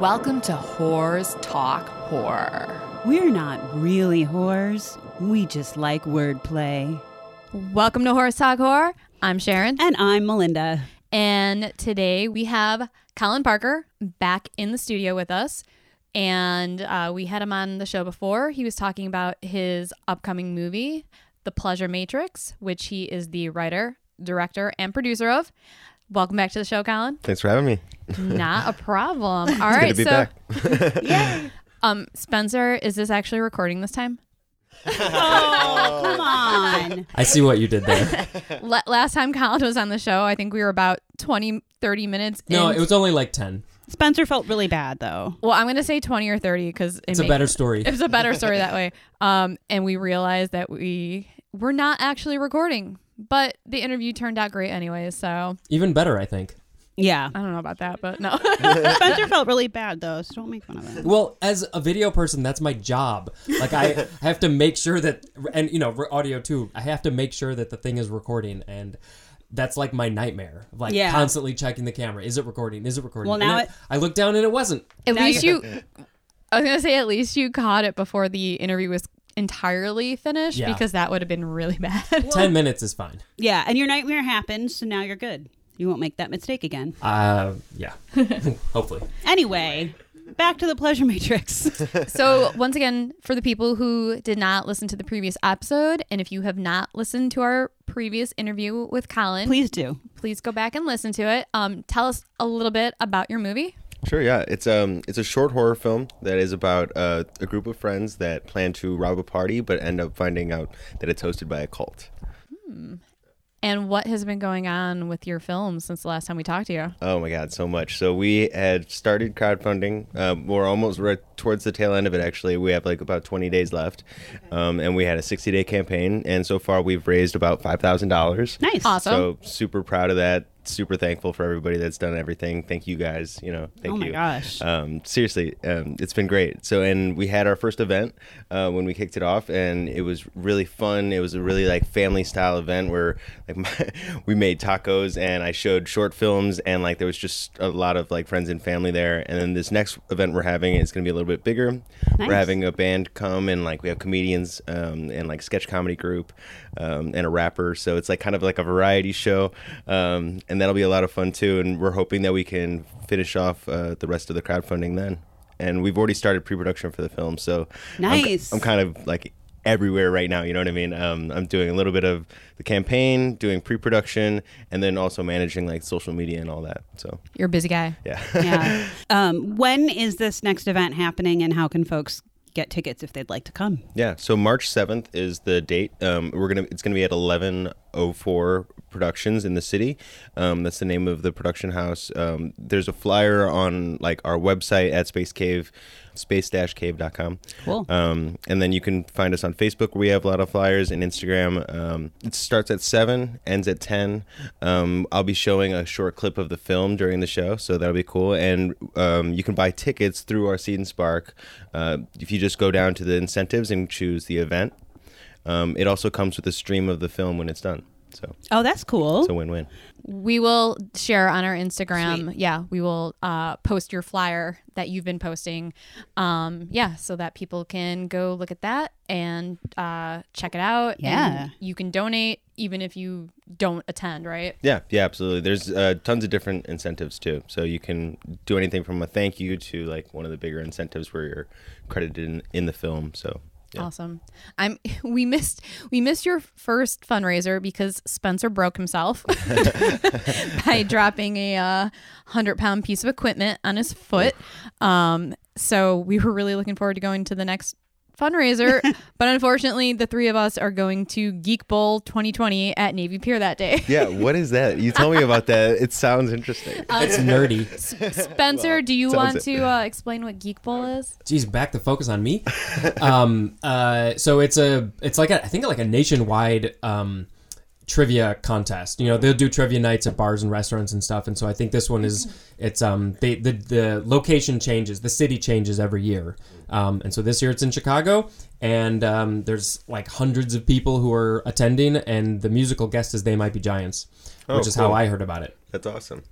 Welcome to Whores Talk Horror. We're not really whores. We just like wordplay. Welcome to Horse Talk Horror. I'm Sharon. And I'm Melinda. And today we have Colin Parker back in the studio with us. And uh, we had him on the show before. He was talking about his upcoming movie, The Pleasure Matrix, which he is the writer, director, and producer of. Welcome back to the show, Colin. Thanks for having me. Not a problem. All right, Good to be so back. um, Spencer, is this actually recording this time? Oh. Come on. I see what you did there. La- last time Colin was on the show, I think we were about 20, 30 minutes. No, in- it was only like 10. Spencer felt really bad though. Well, I'm going to say 20 or 30 because It's a better story. It's a better story that way. Um, and we realized that we were not actually recording, but the interview turned out great anyway. So Even better, I think. Yeah. I don't know about that, but no. Spencer felt really bad though, so don't make fun of him. Well, as a video person, that's my job. Like, I I have to make sure that, and you know, re- audio too, I have to make sure that the thing is recording. And that's like my nightmare. Like, Yeah. constantly checking the camera. Is it recording? Is it recording? Well, And now I- it- I looked down and it wasn't. at Now least you, I was going to say, at least you caught it before the interview was entirely finished Yeah. because that would have been really bad. 10 minutes is fine. Yeah, and your nightmare happened, so now you're good. You won't make that mistake again. Uh, yeah. Hopefully. Anyway, back to the pleasure matrix. so, once again, for the people who did not listen to the previous episode, and if you have not listened to our previous interview with Colin, Please do. please go back and listen to it. Um, tell us a little bit about your movie. Sure, yeah. It's um it's a short horror film that is about uh, a group of friends that plan to rob a party but end up finding out that it's hosted by a cult. And what has been going on with your film since the last time we talked to you? Oh my god, so much. So we had started crowdfunding. Um, we're almost right towards the tail end of it. Actually, we have like about 20 days left, um, and we had a 60-day campaign, and so far we've raised about five thousand dollars. Nice. Awesome. So super proud of that. Super thankful for everybody that's done everything. Thank you guys. You know, thank Oh my you. gosh. Um, seriously, um, it's been great. So, and we had our first event uh, when we kicked it off, and it was really fun. It was a really like family style event where like my, we made tacos, and I showed short films, and like there was just a lot of like friends and family there. And then this next event we're having is going to be a little bit bigger. Nice. We're having a band come, and like we have comedians um, and like sketch comedy group um, and a rapper. So it's like kind of like a variety show, um, and that'll be a lot of fun too. And we're hoping that we can finish off uh, the rest of the crowdfunding then. And we've already started pre-production for the film, so I'm- Nice. I'm, kind of like everywhere right now. You know what I mean? Um, I'm doing a little bit of the campaign, doing pre-production, and then also managing like social media and all that. So You're a busy guy. yeah. yeah. Um, when is this next event happening and how can folks get tickets if they'd like to come? Yeah. So March seventh is the date. Um, we're gonna. It's gonna be at eleven oh four Productions in the city. Um, that's the name of the production house. Um, there's a flyer on like our website at Space Cave, space-cave.com. Cool. Um, and then you can find us on Facebook. We have a lot of flyers and Instagram. Um, it starts at seven, ends at ten. Um, I'll be showing a short clip of the film during the show, so that'll be cool. And um, you can buy tickets through our Seed and Spark uh, if you just go down to the incentives and choose the event. Um, it also comes with a stream of the film when it's done, so Oh, that's cool. it's a win-win. We will share on our Instagram. Yeah, we will uh, post your flyer that you've been posting. Um, yeah, so that people can go look at that and uh, check it out. Yeah. And you can donate even if you don't attend, right? Yeah, yeah, absolutely. There's uh, tons of different incentives too. So you can do anything from a thank you to like one of the bigger incentives where you're credited in, in the film. So yeah. Awesome. I'm we missed we missed your first fundraiser because Spencer broke himself by dropping a uh, hundred pound piece of equipment on his foot. Um, so we were really looking forward to going to the next fundraiser, but unfortunately, the three of us are going to Geek Bowl 2020 at Navy Pier that day. yeah, what is that? You tell me about that. It sounds interesting. Um, Uh, It's nerdy. Spencer, do you sounds want it. to uh, explain what Geek Bowl is? Geez, back the focus on me. um, uh, so it's a, it's like a, I think like a nationwide um, trivia contest. You know, they'll do trivia nights at bars and restaurants and stuff. And so I think this one is it's um they the the location changes, the city changes every year. Um, and so this year it's in Chicago, and um, there's like hundreds of people who are attending, and the musical guest is They Might Be Giants, Oh, which is how cool. I heard about it. That's awesome.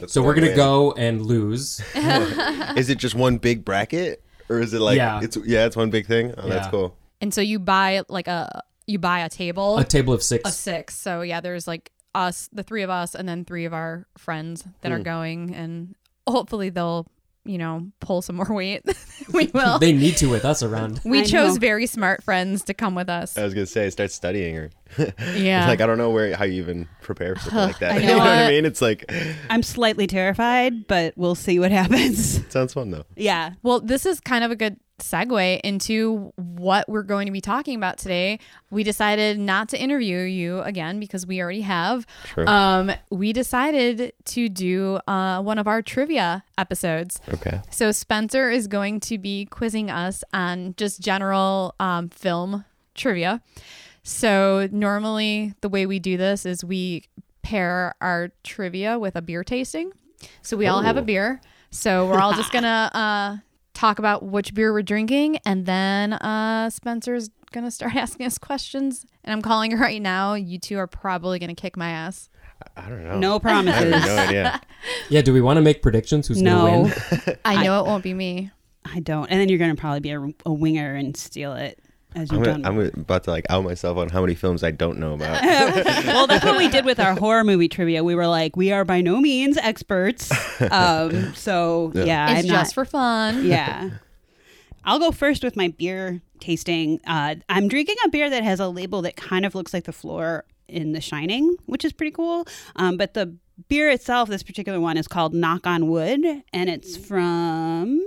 That's So we're great. gonna go and lose. Is it just one big bracket, or is it like Yeah. it's yeah, it's one big thing? Oh, that's Yeah. cool. And so you buy like a you buy a table a table of of six. six. So yeah, there's like us, the three of us, and then three of our friends that are going, and hopefully they'll you know pull some more weight. we will. They need to with us around. we I chose know. very smart friends to come with us. I was gonna say, start studying, or Yeah. like I don't know where how you even prepare for something like that. I you know know what I what- mean? It's like it I'm slightly terrified, but we'll see what happens. sounds fun though. yeah. Well, this is kind of a good segue into what we're going to be talking about today. We decided not to interview you again because we already have. Sure. Um, we decided to do uh, one of our trivia episodes. Okay. So Spencer is going to be quizzing us on just general um, film trivia. So normally the way we do this is we pair our trivia with a beer tasting. So we all have a beer. So we're all just gonna uh, talk about which beer we're drinking, and then uh, Spencer's gonna start asking us questions. And I'm calling it right now. You two are probably gonna kick my ass. I don't know. No I have promises. no idea. Yeah, do we want to make predictions? Who's gonna No, win? I know it won't be me. I don't. And then you're going to probably be a, a winger and steal it as I'm, you've gonna, done. I'm about to like out myself on how many films I don't know about. well, that's what we did with our horror movie trivia. We were like, we are by no means experts. Um, so, yeah, It's I'm not, just for fun. yeah. I'll go first with my beer tasting. Uh, I'm drinking a beer that has a label that kind of looks like the floor in The Shining, which is pretty cool. Um, but the beer itself, this particular one, is called Knock on Wood, and it's from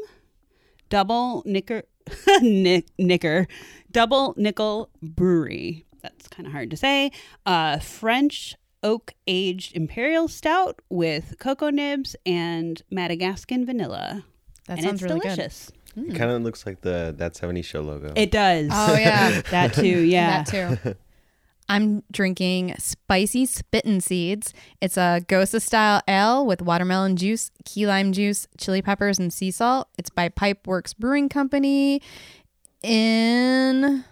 Double Knicker, Nick, Knicker, Double Nickel Brewery. That's kind of hard to say. Uh, French oak aged imperial stout with cocoa nibs and Madagascan vanilla That and sounds it's really good. delicious. It kind of looks like the that 70s show logo. It does. Oh yeah. that too, yeah. That too. I'm drinking spicy spittin' seeds. It's a Gosa style ale with watermelon juice, key lime juice, chili peppers, and sea salt. It's by Pipeworks Brewing Company in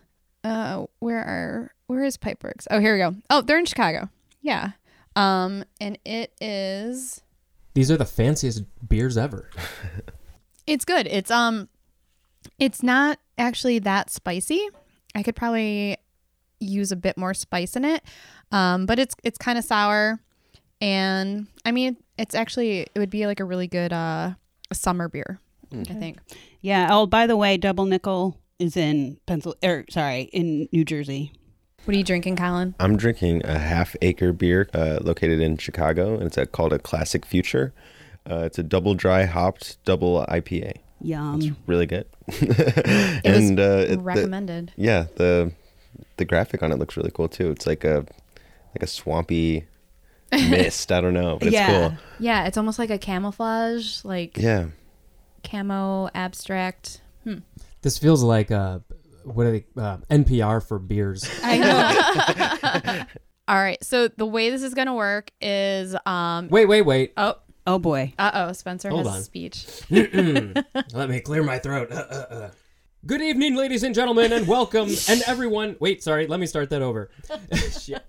uh where are where is Pipeworks? Oh, here we go. Oh, they're in Chicago. Yeah. Um, and it is These are the fanciest beers ever. it's good. It's um it's not actually that spicy. I could probably use a bit more spice in it. Um but it's it's kind of sour and I mean it's actually it would be like a really good uh summer beer, I think. yeah. Oh, by the way, Double Nickel is in Pencil er, sorry, in New Jersey. What are you drinking, Colin? I'm drinking a half acre beer uh, located in Chicago, and it's uh called a Classic Future. Uh, it's a double dry hopped double IPA. Yum. Really good. was and uh, it- the, Recommended. yeah, the the graphic on it looks really cool too. It's like a like a swampy mist. I don't know, but it's Yeah. cool. yeah, it's almost like a camouflage, like Yeah. camo abstract. This feels like uh, what are they? Uh, NPR for beers. I know. All right, so the way this is gonna work is um Wait, wait, wait. oh Oh boy. Uh oh, Spencer Hold has on. a speech. Let me clear my throat. Uh, uh, uh. Good evening, ladies and gentlemen, and welcome and everyone. Wait, sorry. Let me start that over. Shit.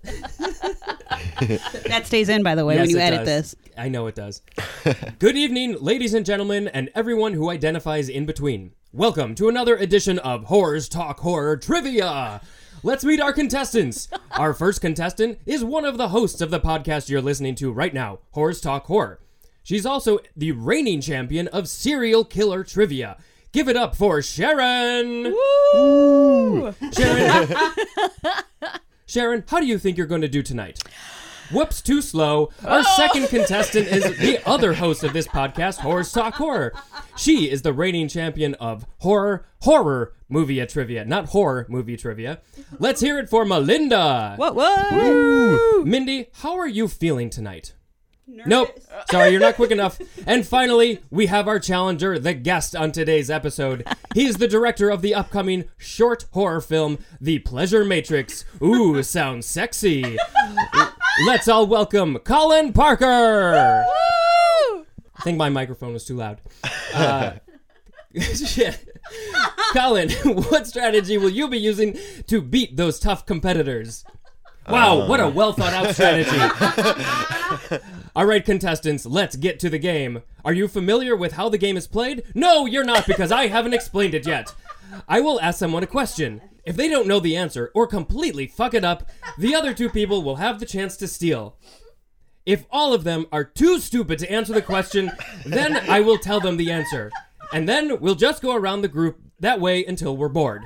That stays in by the way Yes, when you it edit does. this. I know it does. Good evening, ladies and gentlemen, and everyone who identifies in between. Welcome to another edition of Horrors Talk Horror Trivia. Let's meet our contestants. Our first contestant is one of the hosts of the podcast you're listening to right now, Horrors Talk Horror. She's also the reigning champion of serial killer trivia. Give it up for Sharon. Sharon, Sharon, how do you think you're going to do tonight? Whoops, too slow. Our second contestant is the other host of this podcast, Horror Talk Horror. She is the reigning champion of horror, horror movie trivia, not horror movie trivia. Let's hear it for Melinda. What what? Mindy, how are you feeling tonight? Nervous. Nope. Sorry, you're not quick enough. And finally, we have our challenger, the guest on today's episode. He's the director of the upcoming short horror film, The Pleasure Matrix. Ooh, sounds sexy. Let's all welcome Colin Parker. I think my microphone was too loud. Uh, shit. Colin, what strategy will you be using to beat those tough competitors? Wow, what a well thought out strategy. All right, contestants, let's get to the game. Are you familiar with how the game is played? No, you're not because I haven't explained it yet. I will ask someone a question. If they don't know the answer or completely fuck it up, the other two people will have the chance to steal. If all of them are too stupid to answer the question, then I will tell them the answer. And then we'll just go around the group that way until we're bored.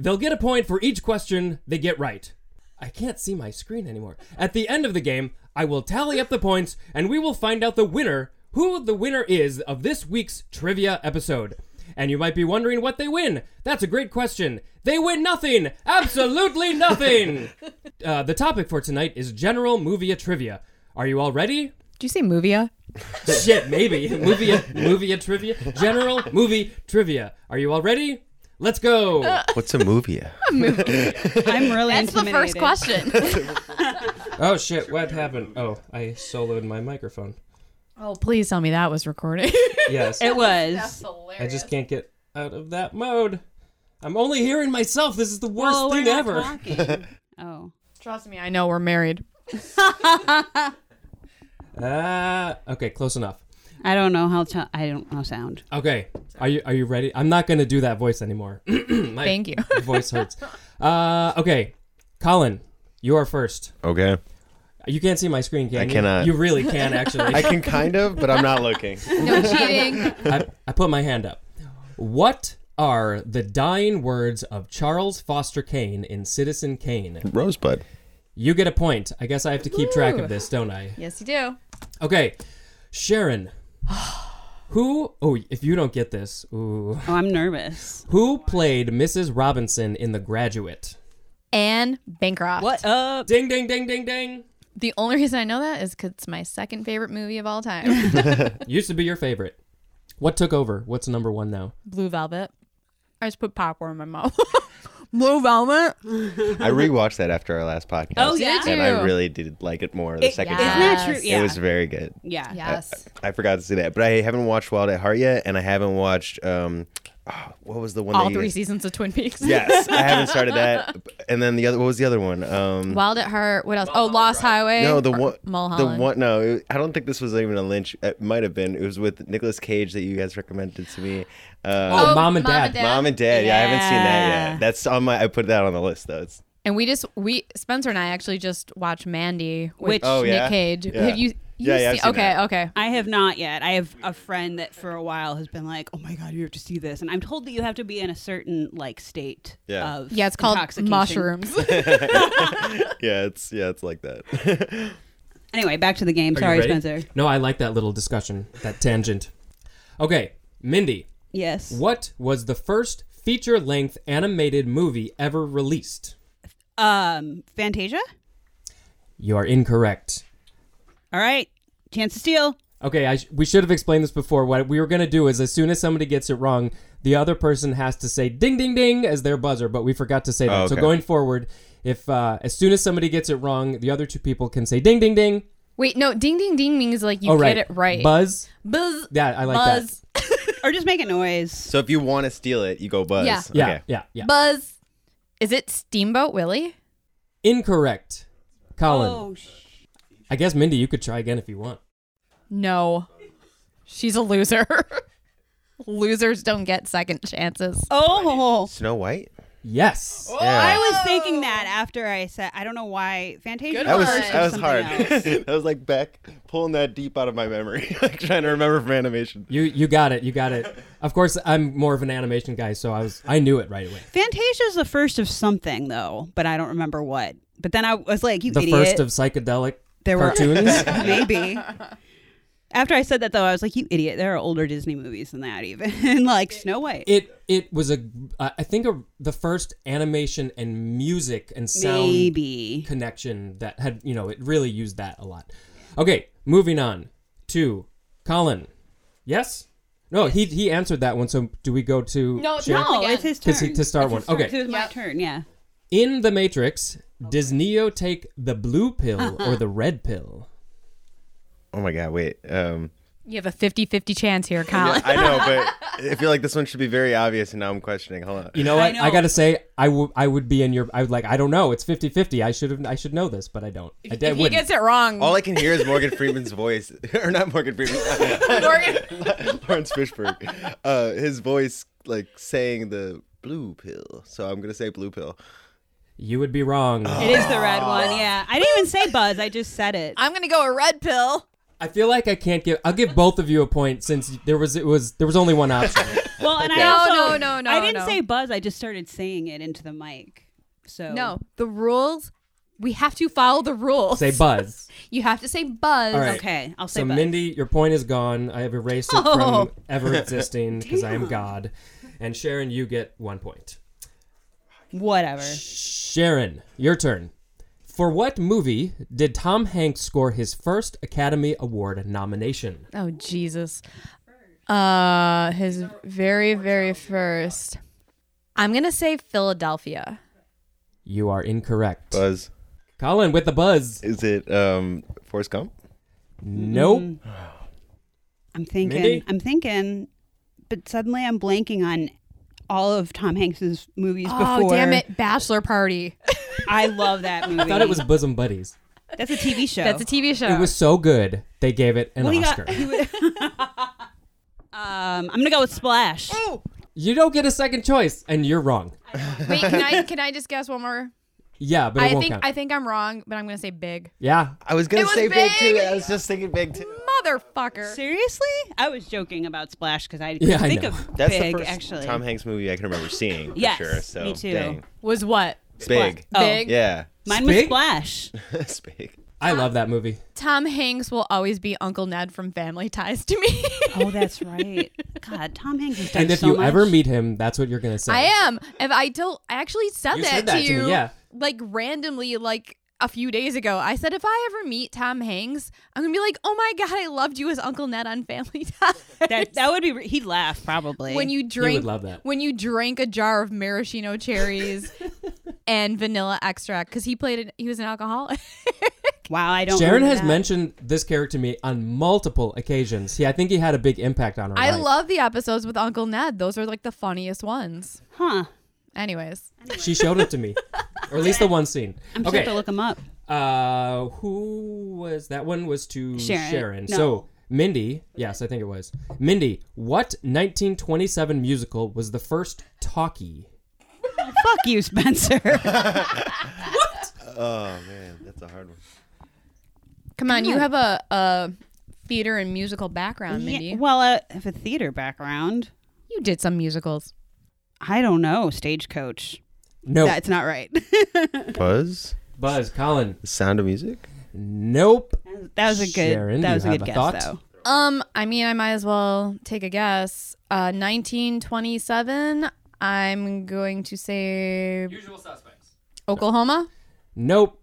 They'll get a point for each question they get right. I can't see my screen anymore. At the end of the game, I will tally up the points and we will find out the winner, who the winner is of this week's trivia episode. And you might be wondering what they win. That's a great question. They win nothing! Absolutely nothing! uh, the topic for tonight is general movie trivia. Are you all ready? Did you say movia? Shit, maybe. Movie movie trivia. General movie trivia. Are you all ready? Let's go. What's a movie? I'm really That's the first intimidated. question. oh shit, what happened? Oh, I soloed my microphone. oh, please tell me that was recording. Yes. It was. I just can't get out of that mode. I'm only hearing myself. This is the worst Well, we're thing not ever. talking. Oh. Trust me, I know we're married. Uh, okay, close enough. I don't know how to. I don't know sound. Okay. Are you are you ready? I'm not going to do that voice anymore. my Thank you. voice hurts. Uh, okay. Colin, you are first. Okay. You can't see my screen, can I you? cannot. You really can actually. I can kind of, but I'm not looking. No cheating. I, I put my hand up. What are the dying words of Charles Foster Kane in Citizen Kane? Rosebud. You get a point. I guess I have to keep track of this, don't I? yes, you do. Okay, Sharon. Who? Oh, if you don't get this, ooh. Oh, I'm nervous. Who played Mrs. Robinson in The Graduate? Anne Bancroft. What up? Ding, ding, ding, ding, ding. The only reason I know that is because it's my second favorite movie of all time. Used to be your favorite. What took over? What's number one now? Blue Velvet. I just put popcorn in my mouth. Blue Velvet. I rewatched that after our last podcast. Oh, yeah? Did And I you? really did like it more the second yeah. Isn't time. that true? Yes. Yeah. It was very good. yeah. Yes. I forgot to see that, but I haven't watched Wild at Heart yet, and I haven't watched um, ah, what was the one? all that you three guys- seasons of Twin Peaks. Yes, I haven't started that. And then the other, what was the other one? Um, Wild at Heart. What else? Oh, Lost Highway. no, the Or one, Mulholland. the one. No, it- I don't think this was even a Lynch. It might have been. It was with Nicolas Cage that you guys recommended to me. Uh, Oh, Mom and Dad. Mom and Dad. Yeah. I haven't seen that Yeah. yet. That's on my. I put that on the list though. It's And we just we Spencer and I actually just watched Mandy with Which- Oh, yeah? Nick Cage. Yeah. Have you? you Yeah, yeah, I've seen- seen okay, that. okay. I have not yet. I have a friend that for a while has been like, "Oh my god, you have to see this," and I'm told that you have to be in a certain like state Yeah. of Yeah, it's called intoxication. mushrooms. yeah. It's yeah. It's like that. Anyway, back to the game. Are you Sorry, ready? Spencer. No, I like that little discussion, that tangent. Okay, Mindy. Yes. What was the first feature length animated movie ever released? Um, Fantasia. You are incorrect. All right, chance to steal. Okay, I sh- we should have explained this before. What we were going to do is, as soon as somebody gets it wrong, the other person has to say "ding, ding, ding" as their buzzer. But we forgot to say that. Oh, So okay. going forward, if uh, as soon as somebody gets it wrong, the other two people can say "ding, ding, ding." Wait, no, ding ding ding means like you oh, get right, it right. Buzz. Buzz. Yeah, I like buzz. Or just make a noise. So if you want to steal it, you go buzz. Yeah. that. Yeah, Okay. yeah, yeah. Buzz. Is it Steamboat Willie? Incorrect, Colin. Oh, sh- I guess Mindy, you could try again if you want. No. She's a loser. Losers don't get second chances. oh. Snow White. Yes. Yeah. I was thinking that after I said, I don't know why Fantasia. That was Or that was something hard. else. that was like back pulling that deep out of my memory, like trying to remember from animation. You you got it. You got it. Of course, I'm more of an animation guy, so I was I knew it right away. Fantasia's the first of something though, but I don't remember what. But then I was like, you The idiot. first of psychedelic there were cartoons. maybe. After I said that, though, I was like, "You idiot! There are older Disney movies than that, even like Snow White." It it was a uh, I think a, the first animation and music and sound Maybe. connection that had you know it really used that a lot. Okay, moving on to Colin. Yes. No, he he answered that one. So do we go to No, Cher? no. Oh, it's his turn. It's he- to It's start one. his turn. Okay. So it was my Yep. turn. Yeah. In the Matrix, does Neo take the blue pill Uh-uh. or the red pill? Oh my god, wait. Um, You have a 50 50 chance here, Colin. yeah, I know, but I feel like this one should be very obvious, and now I'm questioning. Hold on. You know what? I, know. gotta say, I would I would be in your. I would like. I don't know. It's 50-50. I should have. I should know this, but I don't. I did. if he gets it wrong, Oh. All I can hear is Morgan Freeman's voice, or not Morgan Freeman, Morgan- Lawrence Fishburne, uh, his voice like saying the blue pill. So I'm gonna say blue pill. you would be wrong. It is the red one. Yeah. I didn't even say Buzz. I just said it. I'm going to go a red pill. I feel like I can't give. I'll give both of you a point since there was it was there was only one option. Well, and Okay. I also, No, no, no, no, I didn't no. say Buzz. I just started saying it into the mic. So No, the rules. We have to follow the rules. Say buzz. You have to say buzz. All right. Okay, I'll say So Buzz. Mindy, your point is gone. I have erased it Oh. from ever existing because I am God. And Sharon, you get one point. Whatever. Sharon, your turn. For what movie did Tom Hanks score his first Academy Award nomination? Oh Jesus. Uh his very very first. I'm going to say Philadelphia. You are incorrect. Buzz, Colin with the buzz. is it um, Forrest Gump? Nope. Mm, I'm thinking. Mindy? I'm thinking, but suddenly I'm blanking on all of Tom Hanks's movies Oh before. damn it, bachelor party. I love that movie. I thought it was Bosom Buddies. That's a TV show. That's a TV show. It was so good they gave it an Well, he got- Oscar. he was- um, I'm gonna go with Splash. you don't get a second choice, and you're wrong. Wait, can I can I just guess one more? Yeah, but it I won't think count. I think I'm wrong, but I'm going to say big. yeah, I was gonna It was say big. too. big. I was just thinking big too. Motherfucker. Seriously? I was joking about Splash because I Yeah, couldn't I think know. of That's Big the first actually. Tom Hanks movie I can remember seeing. For Yes, sure. So, me too. Dang. Was what? Big. Oh. Big. Yeah. Mine was Big? Splash. It's big. I love that movie. Tom Hanks will always be Uncle Ned from Family Ties to me. Oh, that's right. God, Tom Hanks has done And if so you much. ever meet him, that's what you're gonna say. I am. If I told, I actually said You that, said to that to you, me, yeah. like randomly, like a few days ago. I said if I ever meet Tom Hanks, I'm gonna be like, oh my god, I loved you as Uncle Ned on Family Ties. that that would be re- he'd laugh probably. when you drink, love that. when you drank a jar of maraschino cherries and vanilla extract because he played it. He was an alcoholic. wow, I don't. Sharon remember has that. mentioned this character to me on multiple occasions. He, I think he had a big impact on her. I life. love the episodes with Uncle Ned. Those are like the funniest ones. Huh? Anyways, She showed it to me, or at least the one scene. I'm just okay. have to look him up. uh, who was that one? Was to Sharon. No. So Mindy. Yes, I think it was Mindy. What 1927 musical was the first talkie? Fuck you, Spencer. Oh man, that's a hard one. come on, you have a a theater and musical background, Mindy. Yeah, well, uh, I have a theater background. You did some musicals. I don't know. Stagecoach. No. That's not right. Buzz. Buzz. Colin. The Sound of Music. Nope. that was a good. Sharon, do that was you a have good a guess, thought? though. Um, I mean, I might as well take a guess. Uh, 1927. I'm going to say Usual suspects. Oklahoma. Nope.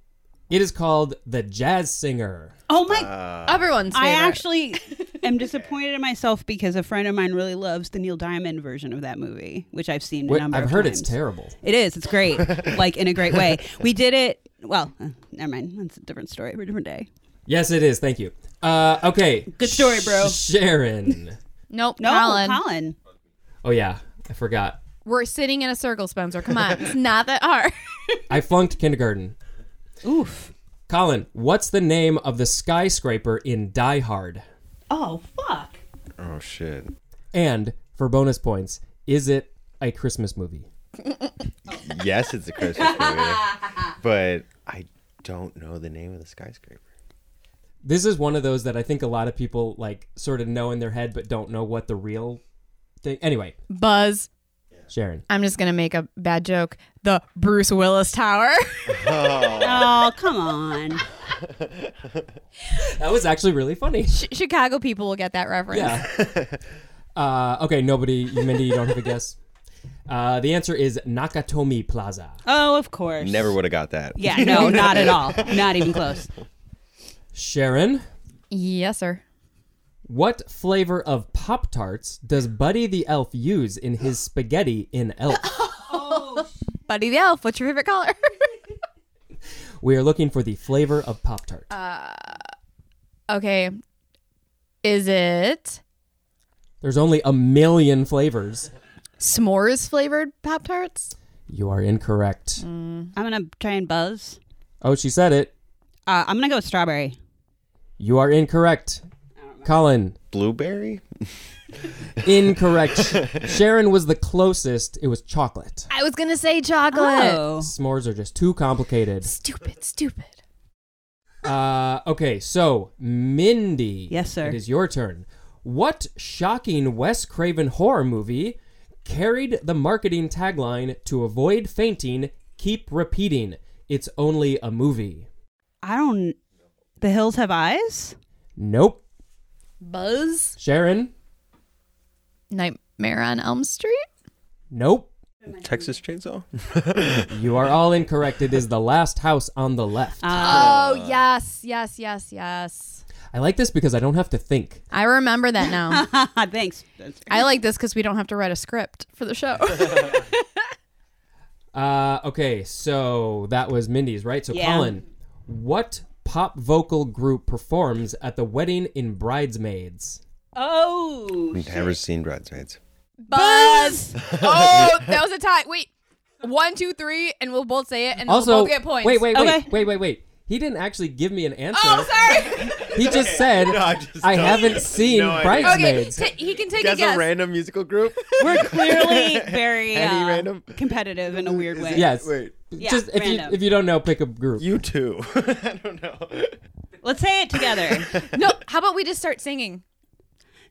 It is called the Jazz Singer. Oh my! Everyone's favorite. I actually am disappointed in myself because a friend of mine really loves the Neil Diamond version of that movie, which I've seen. Wait, a I've number of heard times. it's terrible. It is. It's great. like in a great way. We did it. Well, uh, never mind. That's a different story for a different day. Yes, it is. Thank you. Uh, okay. Good story, bro. Sharon. nope. No, Colin. Colin. Oh yeah, I forgot. We're sitting in a circle, Spencer. Come on, it's not that hard. I flunked kindergarten. Oof. Colin, what's the name of the skyscraper in Die Hard? Oh fuck. Oh shit. And for bonus points, is it a Christmas movie? Yes, it's a Christmas movie, but I don't know the name of the skyscraper. This is one of those that I think a lot of people like sort of know in their head but don't know what the real thing. Anyway, Buzz. Sharon. I'm just gonna make a bad joke. The Bruce Willis Tower. Oh come on. That was actually really funny. Ch- Chicago people will get that reference. Yeah. Uh, okay, nobody, Mindy, you don't have a guess. Uh, the answer is Nakatomi Plaza. Oh, of course. Never would have got that. Yeah, no, not at all. Not even close. Sharon, Yes, sir. what flavor of Pop Tarts does Buddy the Elf use in his spaghetti in Elf? Buddy the Elf, what's your favorite color? We are looking for the flavor of Pop Tart. okay. Is it There's only a million flavors. s'mores flavored Pop Tarts? You are incorrect. I'm gonna try and buzz. Oh, she said it. Uh, I'm gonna go with strawberry. You are incorrect. Colin, Blueberry? incorrect. Sharon was the closest. It was chocolate. I was going to say chocolate. Oh, S'mores are just too complicated. Stupid, stupid. Uh, okay, so Mindy. Yes, sir. It is your turn. What shocking Wes Craven horror movie carried the marketing tagline to avoid fainting, keep repeating? It's only a movie. I don't. The hills have eyes. Nope. Buzz? Sharon? Nightmare on Elm Street? Nope. Texas Chainsaw? You are all incorrect. It is the last house on the left. Uh, Oh, yes, yes, yes, yes. I like this because I don't have to think. I remember that now. Thanks. That's- I like this because we don't have to write a script for the show. Uh, okay, so that was Mindy's, right? So, Yeah. Colin, what pop vocal group performs at the wedding in Bridesmaids? Oh, Never seen Bridesmaids. Buzz! oh, that was a tie. Wait. One, two, three, and we'll both say it and we'll Also, both get points. wait, wait, wait, Okay. wait, wait, wait. He didn't actually give me an answer. Oh, sorry. He just said, No, I, I just don't- haven't seen No idea." Okay, Bridesmaids. t- he can take a Guess guess. a random musical group? we're clearly very Any uh, random? competitive in a weird way. Yes. Wait, just if you, random. if you don't know, pick a group. you two. I don't know. Let's say it together. no, how about we just start singing?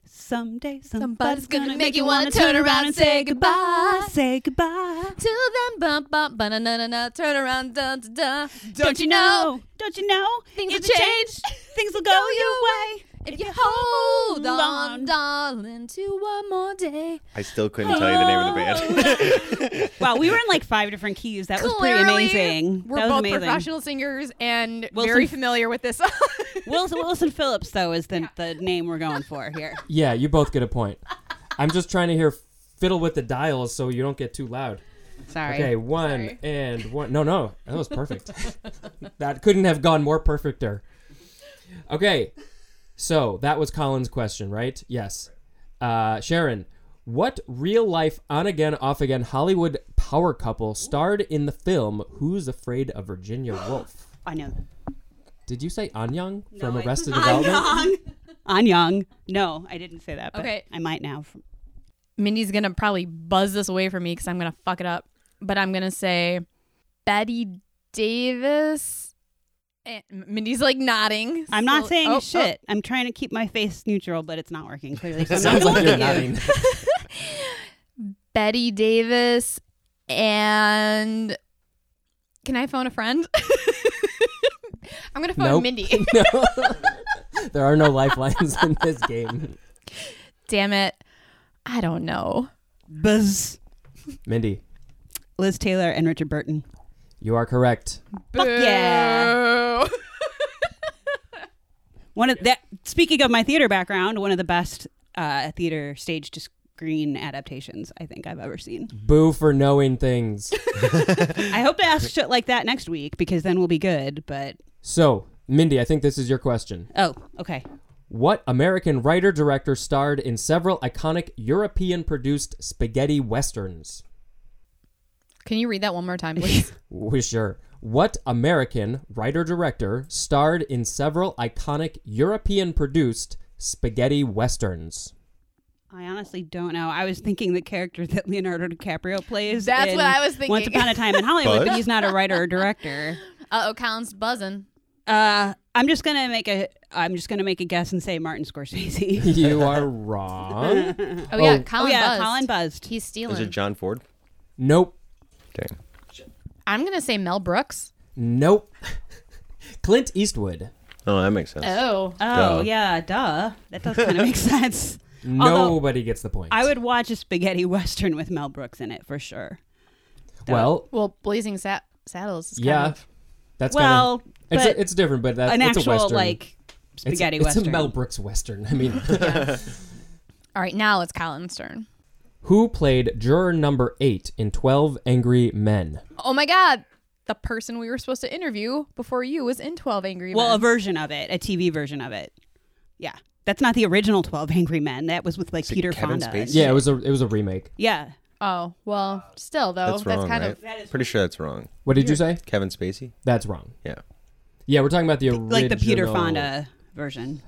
Someday Somebody's gonna make you wanna turn around and say goodbye. Say goodbye. Till then, bum bum ba na na na na, turn around, da da da. Don't you know? Don't you know? Things If will it change. change, Things will go your way. If you hold on. on, darling, to one more day. I still couldn't tell you the name Oh. of the band. Wow, we were in like five different keys. That was pretty Clearly, amazing. We're that was both amazing. professional singers and Wilson- very familiar with this. song. Wilson, Wilson Phillips, though, is the, the name we're going for here. Yeah, you both get a point. I'm just trying to hear fiddle with the dials so you don't get too loud. Sorry. Okay, one and one. No, no, that was perfect. that couldn't have gone more perfecter. Okay, so that was Colin's question, right? Yes. Uh, Sharon, what real life on again, off again Hollywood power couple starred in the film Who's Afraid of Virginia Woolf? I know. Did you say Anyang from Arrested Development? Anyang. No, I didn't say that. But Okay. I might now. Mindy's gonna probably buzz this away from me because I'm gonna fuck it up. But I'm gonna say Betty Davis. And Mindy's like nodding. I'm not So- saying oh, oh. shit. I'm trying to keep my face neutral, but it's not working clearly. So I'm Sounds not like going you're with you. nodding. Betty Davis and can I phone a friend? I'm gonna phone Nope. Mindy. No. there are no lifelines in this game. Damn it. I don't know. Buzz. Mindy, Liz Taylor and Richard Burton. you are correct. Fuck yeah. Boo. One of that. Speaking of my theater background, one of the best uh, theater stage to screen adaptations I think I've ever seen. Boo for knowing things. I hope to ask shit like that next week because then we'll be good. But So, Mindy, I think this is your question. oh, okay. What American writer director starred in several iconic European produced spaghetti westerns? Can you read that one more time, please? We sure. What American writer director starred in several iconic European produced spaghetti westerns? I honestly don't know. I was thinking the character that Leonardo DiCaprio plays. That's in what I was Once thinking. upon a time in Hollywood, but Buzz? he's not a writer or director. uh oh, Colin's buzzing. Uh, I'm just gonna make a. I'm just gonna make a guess and say Martin Scorsese. You are wrong. Oh, yeah, Oh. Colin oh yeah, buzzed. Colin buzzed. He's Is it stealing. John Ford? Nope. Dang. I'm gonna say Mel Brooks. Nope. Clint Eastwood. Oh, that makes sense. Oh. Oh Duh. yeah, duh. That does kind of make sense. Although, Nobody gets the point. I would watch a spaghetti western with Mel Brooks in it for sure. uh, Well, Well, Blazing Sa- Saddles. Is kind yeah. of- That's well, kinda, it's, but a, it's different, but that's an it's a actual western. like it's, spaghetti it's western. a Mel Brooks western. I mean, All right, now it's Colin Stern. who played juror number eight in Twelve Angry Men? Oh my God. The person we were supposed to interview before you was in 12 Angry Men. well, a version of it, a TV version of it. Yeah, that's not the original Twelve Angry Men. That was with like it Peter Kevin Fonda. and Spacey? shit. Yeah, it was a it was a remake. Yeah. oh, well, still, though. that's wrong, kind right? of. Pretty sure that's wrong. What did you say? Kevin Spacey. That's wrong. Yeah. Yeah, we're talking about the original. like the Peter Fonda version.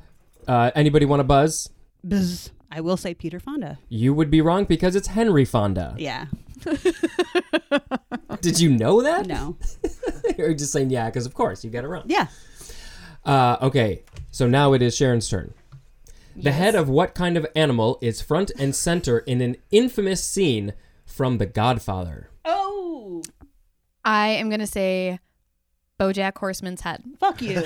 Uh, anybody want to buzz? Bzz. I will say Peter Fonda. You would be wrong because it's Henry Fonda. Yeah. Did you know that? No. You're just saying yeah because of course you got it wrong. Yeah. Uh, okay, so now it is Sharon's turn. The head of what kind of animal is front and center in an infamous scene from The Godfather? Oh, I am going to say Bojack Horseman's head. fuck you.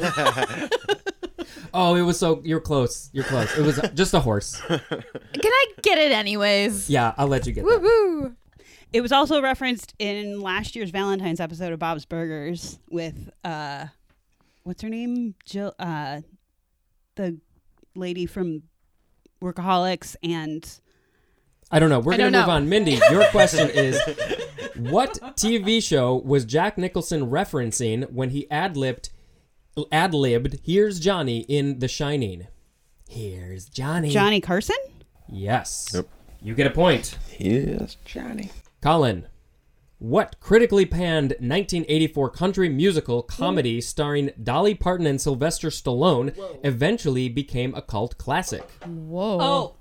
Oh, it was so you're close. You're close. It was just a horse. Can I get it anyways? Yeah, I'll let you get Woo that. woo. it was also referenced in last year's Valentine's episode of Bob's Burgers with uh, what's her name? Jill, uh, the lady from Workaholics and I don't know. We're I gonna don't move know. on. Mindy, your question is what TV show was Jack Nicholson referencing when he ad libbed ad libbed Here's Johnny in The Shining? Here's Johnny. Johnny Carson. Yes. Yep. You get a point. Yes, Johnny. Colin, what critically panned 1984 country musical comedy starring Dolly Parton and Sylvester Stallone eventually became a cult classic? Whoa. Oh.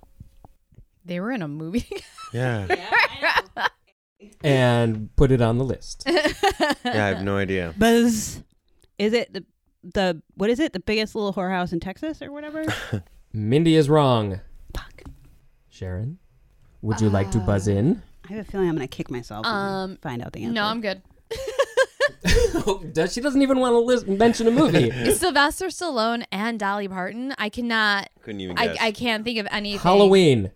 They were in a movie. Yeah. yeah. And put it on the list. I have no idea. Buzz. Is it the the what is it? The biggest little whorehouse in Texas or whatever? Mindy is wrong. Fuck. Sharon, would you like to Uh. buzz in? I have a feeling I'm gonna kick myself. Um, Um, find out the answer. no, I'm good. Oh, Does- she doesn't even want to list, mention a movie. Sylvester Stallone and Dolly Parton. I cannot. Couldn't even I, guess. I can't think of anything. Halloween.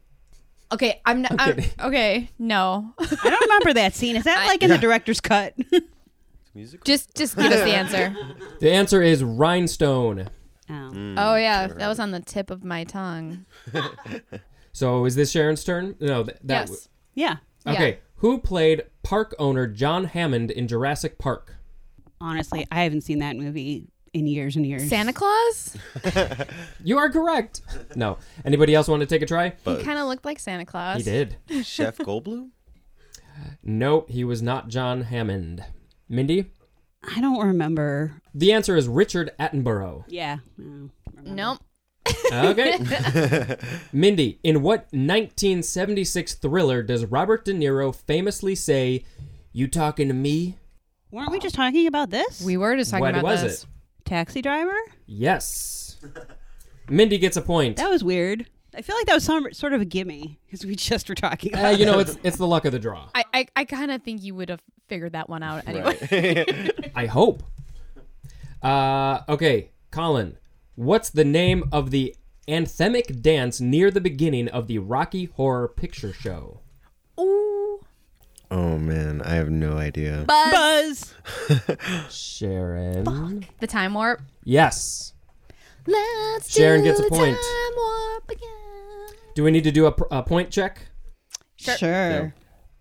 Okay, I'm not. I'm, okay, no. I don't remember that scene. Is that like in the director's cut? Musical? just just give us the answer. The answer is Rhinestone. Oh. Oh yeah, that was on the tip of my tongue. So is this Sharon's turn? No, th- that. yes. Yeah. w- yeah. okay. Who played park owner John Hammond in Jurassic Park? Honestly, I haven't seen that movie in years and years. Santa Claus? You are correct. No. Anybody else want to take a try? He kind of looked like Santa Claus. He did. Chef Goldblum? Nope, he was not John Hammond. Mindy? I don't remember. The answer is Richard Attenborough. Yeah. No. Nope. Okay. Mindy, in what 1976 thriller does Robert De Niro famously say, You talking to me? Weren't we just talking about this? We were just talking what about was this. it? Taxi driver? Yes. Mindy gets a point. That was weird. I feel like that was some sort of a gimme because we just were talking Uh, about you know, it's it's the luck of the draw. I I, I kind of think you would have figured that one out anyway. I hope. Uh, okay, Colin, what's the name of the anthemic dance near the beginning of the Rocky Horror Picture Show? Ooh, Oh, man. I have no idea. but Buzz. Sharon. the time warp. Yes. Let's Sharon do gets a the point. Time warp again. Do we need to do a, pr- a point check? Sure.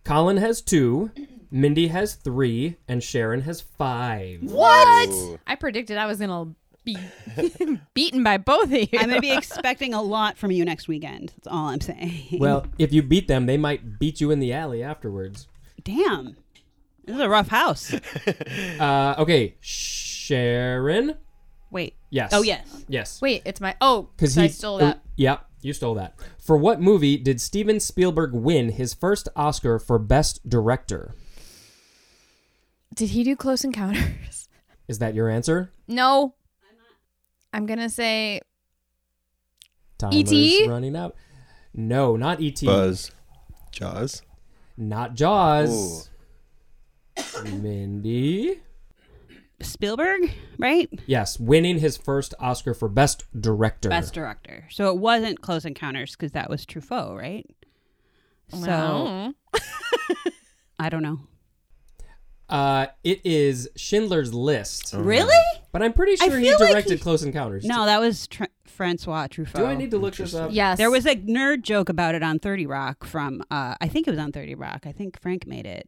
Colin has two, Mindy has three, and Sharon has five. What? I predicted I was gonna be beaten by both of you. I'm going to be expecting a lot from you next weekend. That's all I'm saying. Well, if you beat them, they might beat you in the alley afterwards. Damn. This is a rough house. Uh, okay, Sharon. Wait. Yes. Oh, yes. Yes. Wait, it's my oh, because Because he I stole that. yeah, you stole that. For what movie did Steven Spielberg win his first Oscar for Best Director? Did he do Close Encounters? Is that your answer? No. I'm gonna say Time E.T.? is running out. No, not E E.T. Buzz. Jaws? Not Jaws. Mindy. Spielberg, right? Yes, winning his first Oscar for Best Director. Best director. So it wasn't Close Encounters because that was Truffaut, right? So So I don't know. Uh, it is Schindler's List, Really? but I'm pretty I sure he feel like directed he- Close Encounters. No, that was Tr- Francois Truffaut. Do I need to look this up? yes, There was a nerd joke about it on 30 Rock from, uh, I think it was on 30 Rock. I think Frank made it.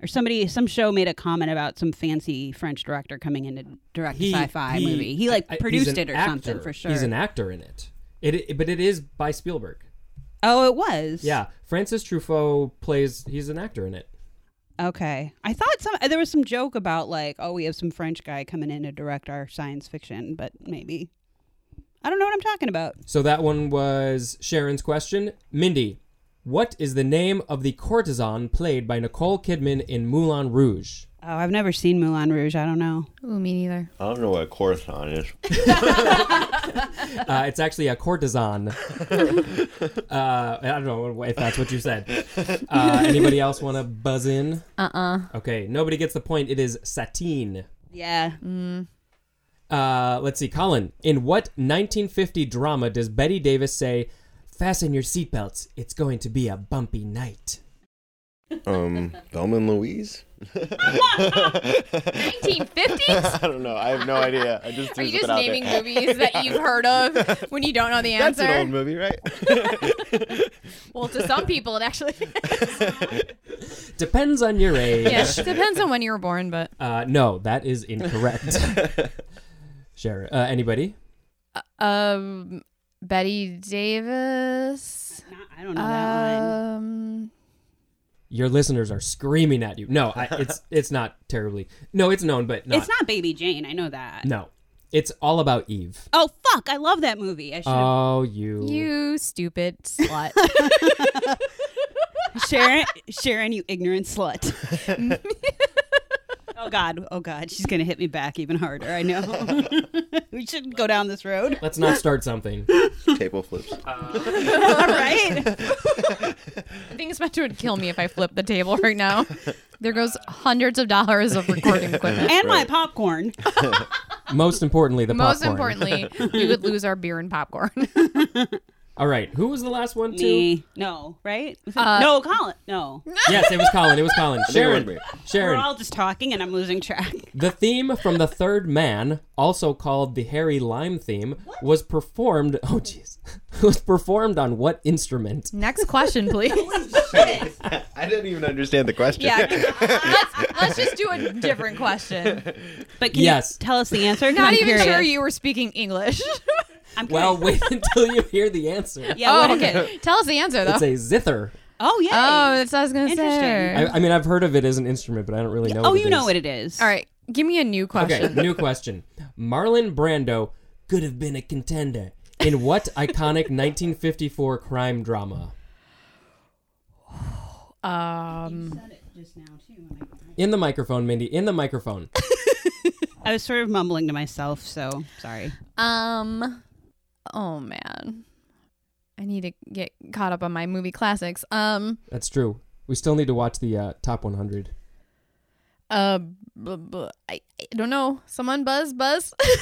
Or somebody, some show made a comment about some fancy French director coming in to direct He- a sci fi he- movie. He like I- he's produced an it or actor. something for sure. He's an actor in it. It, it, but it is by Spielberg. oh, it was? Yeah, Francis Truffaut plays. He's an actor in it. Okay. I thought some, there was some joke about like, oh, we have some French guy coming in to direct our science fiction, but maybe. I don't know what I'm talking about. So that one was Sharon's question. Mindy, what is the name of the courtesan played by Nicole Kidman in Moulin Rouge? Oh, I've never seen Moulin Rouge. I don't know. Ooh, me neither. I don't know what Coruscant is. Uh, it's actually a courtesan. uh, I don't know if that's what you said. Uh, anybody else want to buzz in? Uh uh Okay, nobody gets the point. It is Satine. Yeah. Uh, let's see, Colin. In what 1950 drama does Betty Davis say, "Fasten your seatbelts. It's going to be a bumpy night"? Um, Thelma and Louise? 1950s. I don't know. I have no idea. I just Are threw something you just out naming there. movies that you've heard of when you don't know the That's answer? an old movie, right? Well, to some people, it actually Depends on your age. yeah depends on when you were born, but Uh, no, that is incorrect. Sharon, uh, anybody? um, Betty Davis. Not- I don't know that one. Um, Your listeners are screaming at you. No, I, it's it's not terribly. No, it's known, but not. It's not Baby Jane. I know that. no, it's all about Eve. Oh fuck! I love that movie. I should. have Oh, you. you stupid slut. Sharon, Sharon, you ignorant slut. oh god. Oh god. She's gonna hit me back even harder. I know. we shouldn't go down this road. Let's not start something. Table flips. All right. I think Spencer would kill me if I flipped the table right now. There goes hundreds of dollars of recording equipment. And my popcorn. Most importantly, the Most popcorn. importantly, we would lose our beer and popcorn. All right, who was the last one? Too. Me. No. Right. Was it- Uh, no, Colin. No. Yes, it was Colin. It was Colin. think it was Sharon. me. We're Sharon. all just talking, and I'm losing track. The theme from The Third Man, also called the Harry Lime theme, was performed. Oh, jeez. Was performed on what instrument? Next question, please. I didn't even understand the question. yeah, let's, let's just do a different question. But can Yes. you tell us the answer? 'Cause Not I'm even curious. sure you were speaking English. I'm curious. Well, wait until you hear the answer. Yeah. what is it? Oh, Tell us the answer, though. It's a zither. Oh oh, yeah. that's what I was going to say. Interesting. I, I mean, I've heard of it as an instrument, but I don't really know. Oh, what you it know is. what it is. All right, give me a new question. Okay, new question. Marlon Brando could have been a contender in what iconic 1954 crime drama? Mm. Um, In the microphone, Mindy. In the microphone. I was sort of mumbling to myself, so sorry. um, oh man, I need to get caught up on my movie classics. Um, That's true. We still need to watch the uh, top 100. Uh, b- b- I, I don't know. Someone buzz, buzz. I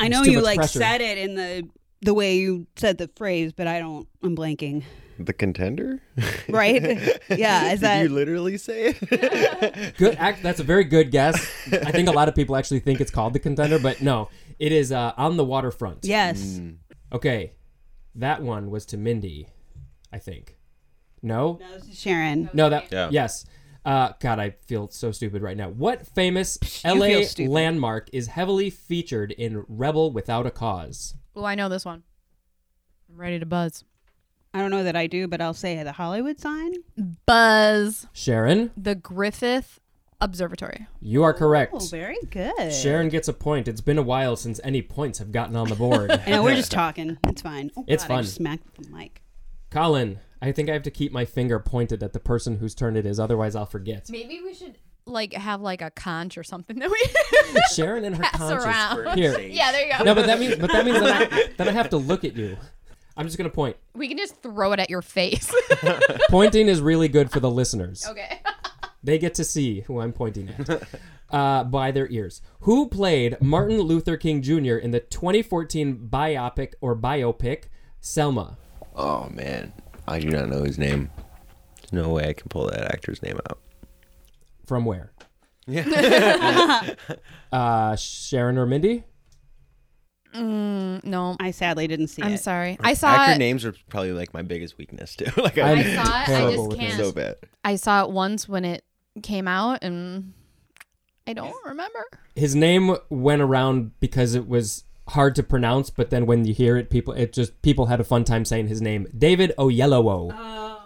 There's know too you much like pressure. said it in the the way you said the phrase, but I don't. I'm blanking. The contender? Right? yeah. Did Is that? you literally say it? Good act. That's a very good guess. I think a lot of people actually think it's called the contender, but no, it is uh, on the waterfront. yes. Mm. Okay, that one was to Mindy, I think. No. No, this is Sharon. No, that Yeah. yes. Uh, God, I feel so stupid right now. What famous LA feel stupid. landmark is heavily featured in Rebel Without a Cause? oh, I know this one. I'm ready to buzz. I don't know that I do, but I'll say the Hollywood sign. Buzz Sharon, the Griffith Observatory. you are correct. Oh, very good. Sharon gets a point. It's been a while since any points have gotten on the board. I know we're just talking. It's fine. Oh, It's God, I fun. just smacked the mic. Colin, I think I have to keep my finger pointed at the person whose turn it is, otherwise I'll forget. Maybe we should like have like a conch or something that we. Sharon and her Pass conscience. around. Here. yeah, there you go. No, but that means but that means that I, that I have to look at you. I'm just gonna point. we can just throw it at your face. Pointing is really good for the listeners. okay. They get to see who I'm pointing at uh, by their ears. Who played Martin Luther King Jr. in the 2014 biopic or biopic Selma? Oh man, I do not know his name. No way I can pull that actor's name out. From where? Yeah. uh, Sharon or Mindy? No, I sadly didn't see I'm it. sorry. I saw Actor it. names are probably like my biggest weakness too. like I'm I I'm saw it. I terrible just with can't. So bad. I saw it once when it came out, and I don't remember. His name went around because it was hard to pronounce, but then when you hear it, people it just people had a fun time saying his name. David Oyelowo.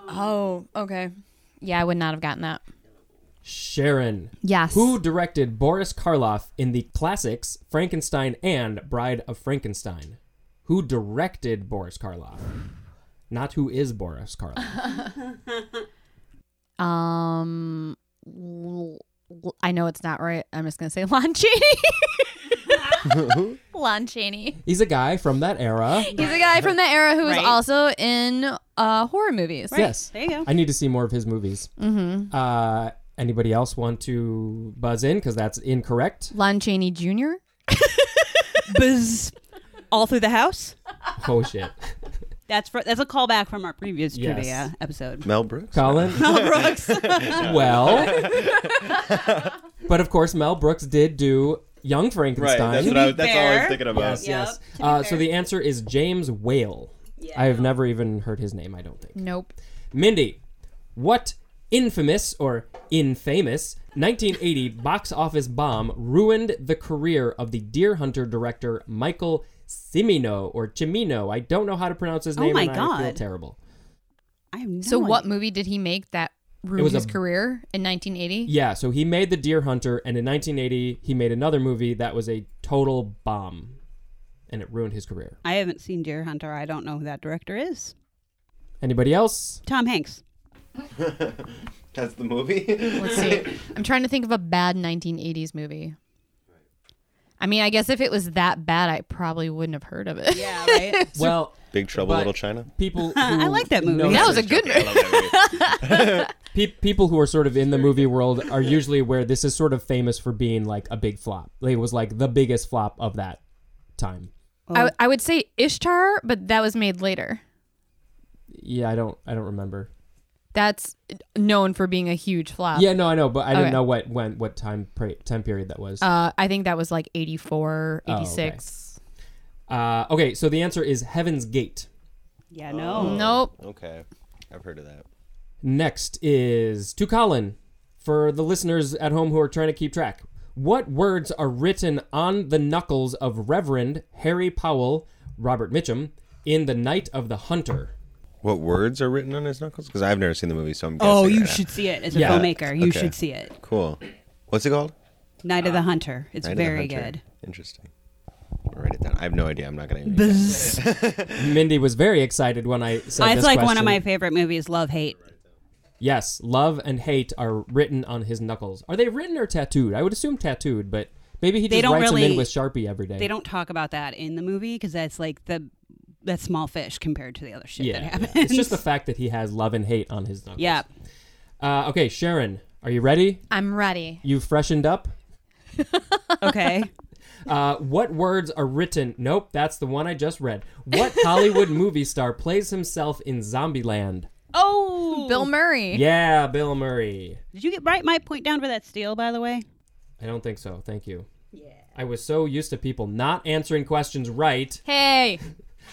Oh, okay. Yeah, I would not have gotten that. Sharon. Yes. Who directed Boris Karloff in the classics Frankenstein and Bride of Frankenstein? Who directed Boris Karloff? Not who is Boris Karloff. Um, l- l- I know it's not right. I'm just gonna say Lon Chaney. Lon Chaney. He's a guy from that era. He's a guy from the era who was Right. also in uh, horror movies. Yes. There you go. I need to see more of his movies. Mm-hmm. Uh, anybody else want to buzz in? Because that's incorrect. Lon Chaney Jr. Buzz all through the house. Oh, shit. That's for, that's a callback from our previous Yes. trivia episode. Mel Brooks. Colin? Brooks. well. but of course, Mel Brooks did do Young Right. Frankenstein. That's what I, that's all I fair. was thinking about. Yes, Yep, yes. to be Uh, so fair. the answer is James Whale. I have never even heard his name, I don't think. Nope. Mindy, what infamous or infamous 1980 box office bomb ruined the career of the Deer Hunter director Michael Cimino or Cimino? I don't know how to pronounce his Oh name my and I feel God. terrible. I have no So idea. what movie did he make that ruined was his a- career in 1980? Yeah, so he made The Deer Hunter and in 1980 he made another movie that was a total bomb and it ruined his career. I haven't seen Deer Hunter. I don't know who that director is. Anybody else? Tom Hanks. That's the movie. Let's see. I'm trying to think of a bad 1980s movie. I mean, I guess if it was that bad, I probably wouldn't have heard of it. Yeah, right. Well, Big Trouble But- Little China. people who I like that movie. know that this- was a good movie. pe- people who are sort of in the movie world are usually where this is sort of famous for being like a big flop. Like, It was like the biggest flop of that time. I, I would say Ishtar, but that was made later. Yeah, I don't, I don't remember. That's known for being a huge flop. Yeah, no, I know, but I didn't Okay. know what when what time pra- time period that was. Uh, I think that was like 84, Oh, okay. 86. Uh, okay, so the answer is Heaven's Gate. yeah, Oh. no. Nope. Okay, I've heard of that. Next is to Colin for the listeners at home who are trying to keep track. What words are written on the knuckles of Reverend Harry Powell, Robert Mitchum, in The Night of the Hunter? What words are written on his knuckles? Because I've never seen the movie, so I'm guessing. Oh, you right now. should see it as a Yeah. filmmaker. You Okay. should see it. Cool. What's it called? Night Ah. of the Hunter. It's Night of the very Hunter. good. Interesting. I'll write it down. I have no idea. I'm not gonna. Buzz. Mindy was very excited when I said it's this like one of question. my favorite movies, Love Hate. Yes, love and hate are written on his knuckles. Are they written or tattooed? I would assume tattooed, but maybe he just They don't writes them in really- with Sharpie every day. They don't talk about that in the movie because that's like the that's small fish compared to the other shit Yeah, that yeah. happens. it's just the fact that he has love and hate on his knuckles. yeah. Uh, okay, Sharon, are you ready? I'm ready. You freshened up. Okay. Uh, what words are written? Nope, that's the one I just read. What Hollywood movie star plays himself in Zombieland? oh, Bill Murray. Yeah, Bill Murray. Did you get right my point down for that steal? By the way. I don't think so. Thank you. Yeah. I was so used to people not answering questions right. Hey.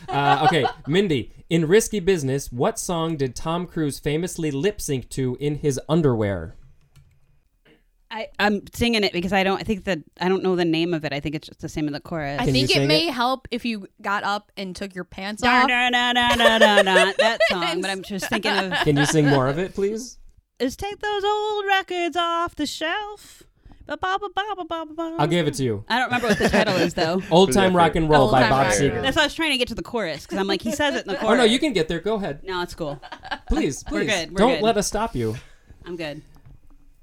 Uh, okay, Mindy, in Risky Business, what song did Tom Cruise famously lip sync to in his underwear? I, I'm singing it because I don't. I think that I don't know the name of it. I think it's just the same in the chorus. I Can you think it sing may help if you got up and took your pants Da, off. da, da, da, da, da, da, that song, but I'm just thinking of Can you sing more of it, please? is take those old records off the shelf. Ba, ba, ba, ba, ba, ba, ba. I'll give it to you. I don't remember what the title is though. Old Time Rock and Roll Old by Time Bob Rock and Seger. That's why I was trying to get to the chorus because I'm like, he says it in the Oh chorus. no, you can get there. Go ahead, No, it's cool. please. please. We're good, we're Don't good. let us stop you. I'm good.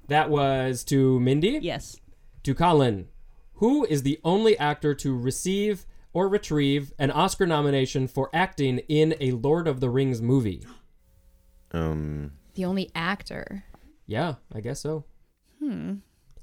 That was to Mindy. Yes. To Colin, who is the only actor to receive or retrieve an Oscar nomination for acting in a Lord of the Rings movie? Um, The only actor. Yeah, I guess so.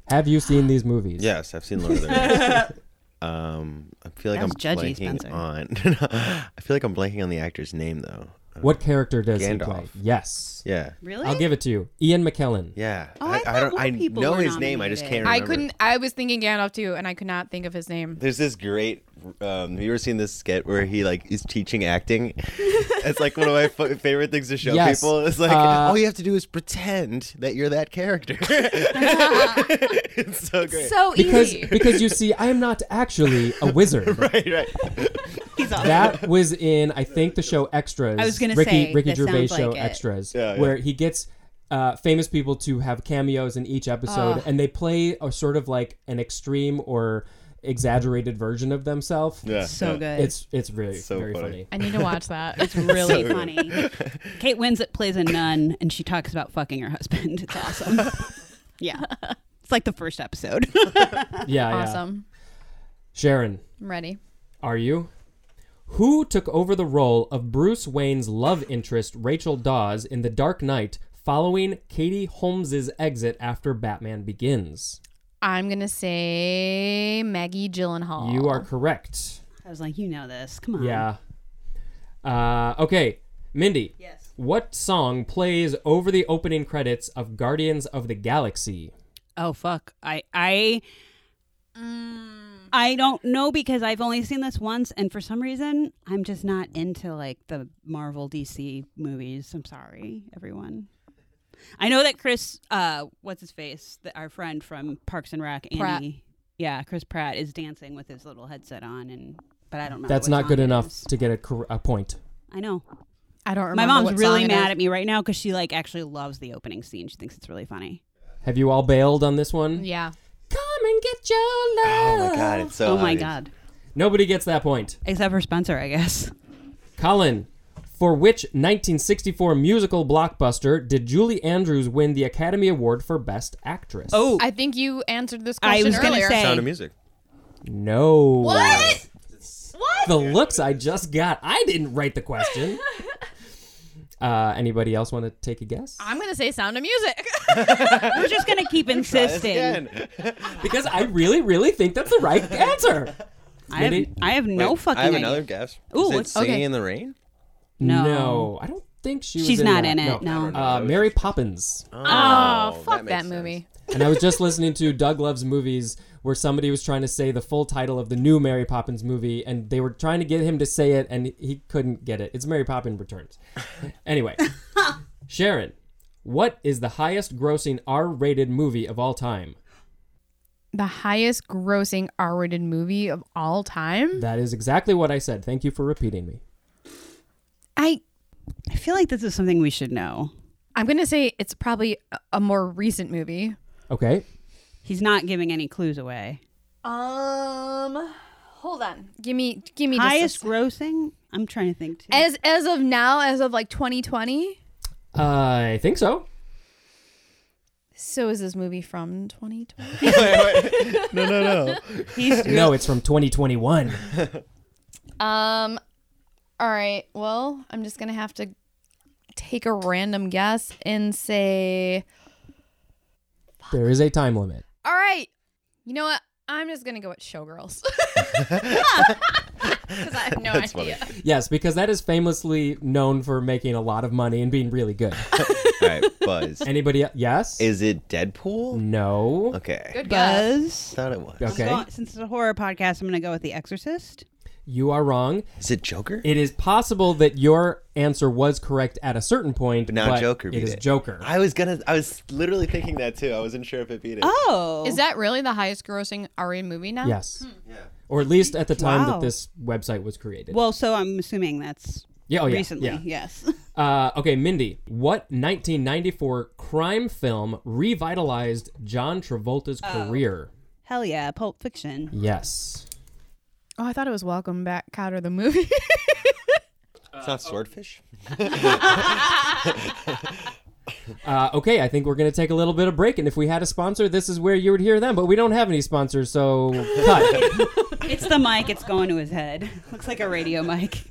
Have you seen these movies? Yes, I've seen Lord of the Rings. um, I feel like That I'm was judgy, blanking Spencer. on. I feel like I'm blanking on the actor's name though. What character does he play? Gandalf. Yes. Yeah, Really? I'll give it to you. Ian McKellen. yeah. Oh, I thought more I people know were his name. I just can't. nominated. remember. I couldn't. I was thinking Gandalf too, and I could not think of his name. There's this great. Um, have you ever seen this skit where he like is teaching acting? it's like one of my fa- favorite things to show Yes. people. It's like Uh, all you have to do is pretend that you're that character. it's so great. Oh, So Because easy. because you see, I am not actually a wizard. right, right. He's awesome. That was in I think the show Extras. I was gonna Ricky, say, Ricky that Gervais sounds like show it. Extras, Yeah, yeah. where he gets uh, famous people to have cameos in each episode, and they play a sort of like an extreme or exaggerated version of themselves. Yeah. so good. It's it's really So very funny. funny. I need to watch that. It's really funny. Kate Winslet plays a nun and she talks about fucking her husband. It's awesome. yeah. It's like the first episode. Yeah, yeah. awesome. Sharon, I'm ready. are you? Who took over the role of Bruce Wayne's love interest Rachel Dawes in The Dark Knight following Katie Holmes's exit after Batman Begins? I'm gonna say Maggie Gyllenhaal. You are correct. I was like, you know this. Come on. Yeah. Uh, okay, Mindy. Yes. What song plays over the opening credits of Guardians of the Galaxy? Oh fuck. I I Mm. I don't know because I've only seen this once and for some reason I'm just not into like the Marvel DC movies. I'm sorry, everyone. I know that Chris uh what's his face? The, our friend from Parks and Rec, Andy. Pratt. Yeah, Chris Pratt is dancing with his little headset on and but I don't know. That's what not song good it enough is. to get a, cor- a point. I know. I don't remember. My mom's really mad at me right now because she like actually loves the opening scene. She thinks it's really funny. Have you all bailed on this one? Yeah. Come and get your love. Oh my god, it's so. oh my obvious. god! Nobody gets that point. Except for Spencer, I guess. Colin, for which 1964 musical blockbuster did Julie Andrews win the Academy Award for Best Actress? Oh, I think you answered this I question was gonna earlier. say- Sound of Music. no. what? The looks I just got. I didn't write the question. Uh, anybody else want to take a guess? Ah. I'm gonna say Sound of Music. We're just gonna keep insisting. Because I really, really think that's the right answer. I have, Mindy? I have no Wait, fucking. I have idea. another guess. Ooh, Is it what's- Singing okay. in the Rain? No. No, I don't think she was She's in not that. in it, no. no. Uh, Mary Poppins. Oh, fuck makes that, sense. movie. and I was just listening to Doug Love's Movies where somebody was trying to say the full title of the new Mary Poppins movie and they were trying to get him to say it and he couldn't get it. It's Mary Poppins Returns. anyway, Sharon, what is the highest grossing R rated movie of all time? The highest grossing R-rated movie of all time. That is exactly what I said. Thank you for repeating me. I I feel like this is something we should know. I'm gonna say it's probably a, a more recent movie. Okay. He's not giving any clues away. Um, hold on. Give me, give me just a Highest sec. grossing? I'm trying to think. Too. as as of now, as of like 2020. I think so. So is this movie from 2020? He's No, it's from 2021. Um, all right. Well, I'm just gonna have to take a random guess and say, There is a time limit. all right. You know what? I'm just gonna go with Showgirls. Because I have no idea. Yes, because that is famously known for making a lot of money and being really good. All right, Buzz. Anybody? el- Yes. Is it Deadpool? Mm. no. Okay. Good guess. Buzz. Thought it was. Okay. Well, Since it's a horror podcast, I'm gonna go with The Exorcist. You are wrong. Is it Joker? It is possible that your answer was correct at a certain point, But now Joker beat it is it. Joker. I was gonna. I was literally thinking that too. I wasn't sure if it beat it. Oh, Is that really the highest grossing R-rated movie now? yes. Or at least at the time Hmm. Wow. that this website was created. well? So I'm assuming that's yeah, oh, yeah, recently. yeah. Yes. Uh, okay, Mindy. What 1994 crime film revitalized John Travolta's Oh. career? Hell yeah, Pulp Fiction. Yes. Oh, I thought it was Welcome Back, Cotter the movie. It's not Oh. Swordfish. Uh, okay, I think we're going to take a little bit of break. And if we had a sponsor, this is where you would hear them. But we don't have any sponsors, so cut. It's the mic. It's going to his head. Looks like a radio mic.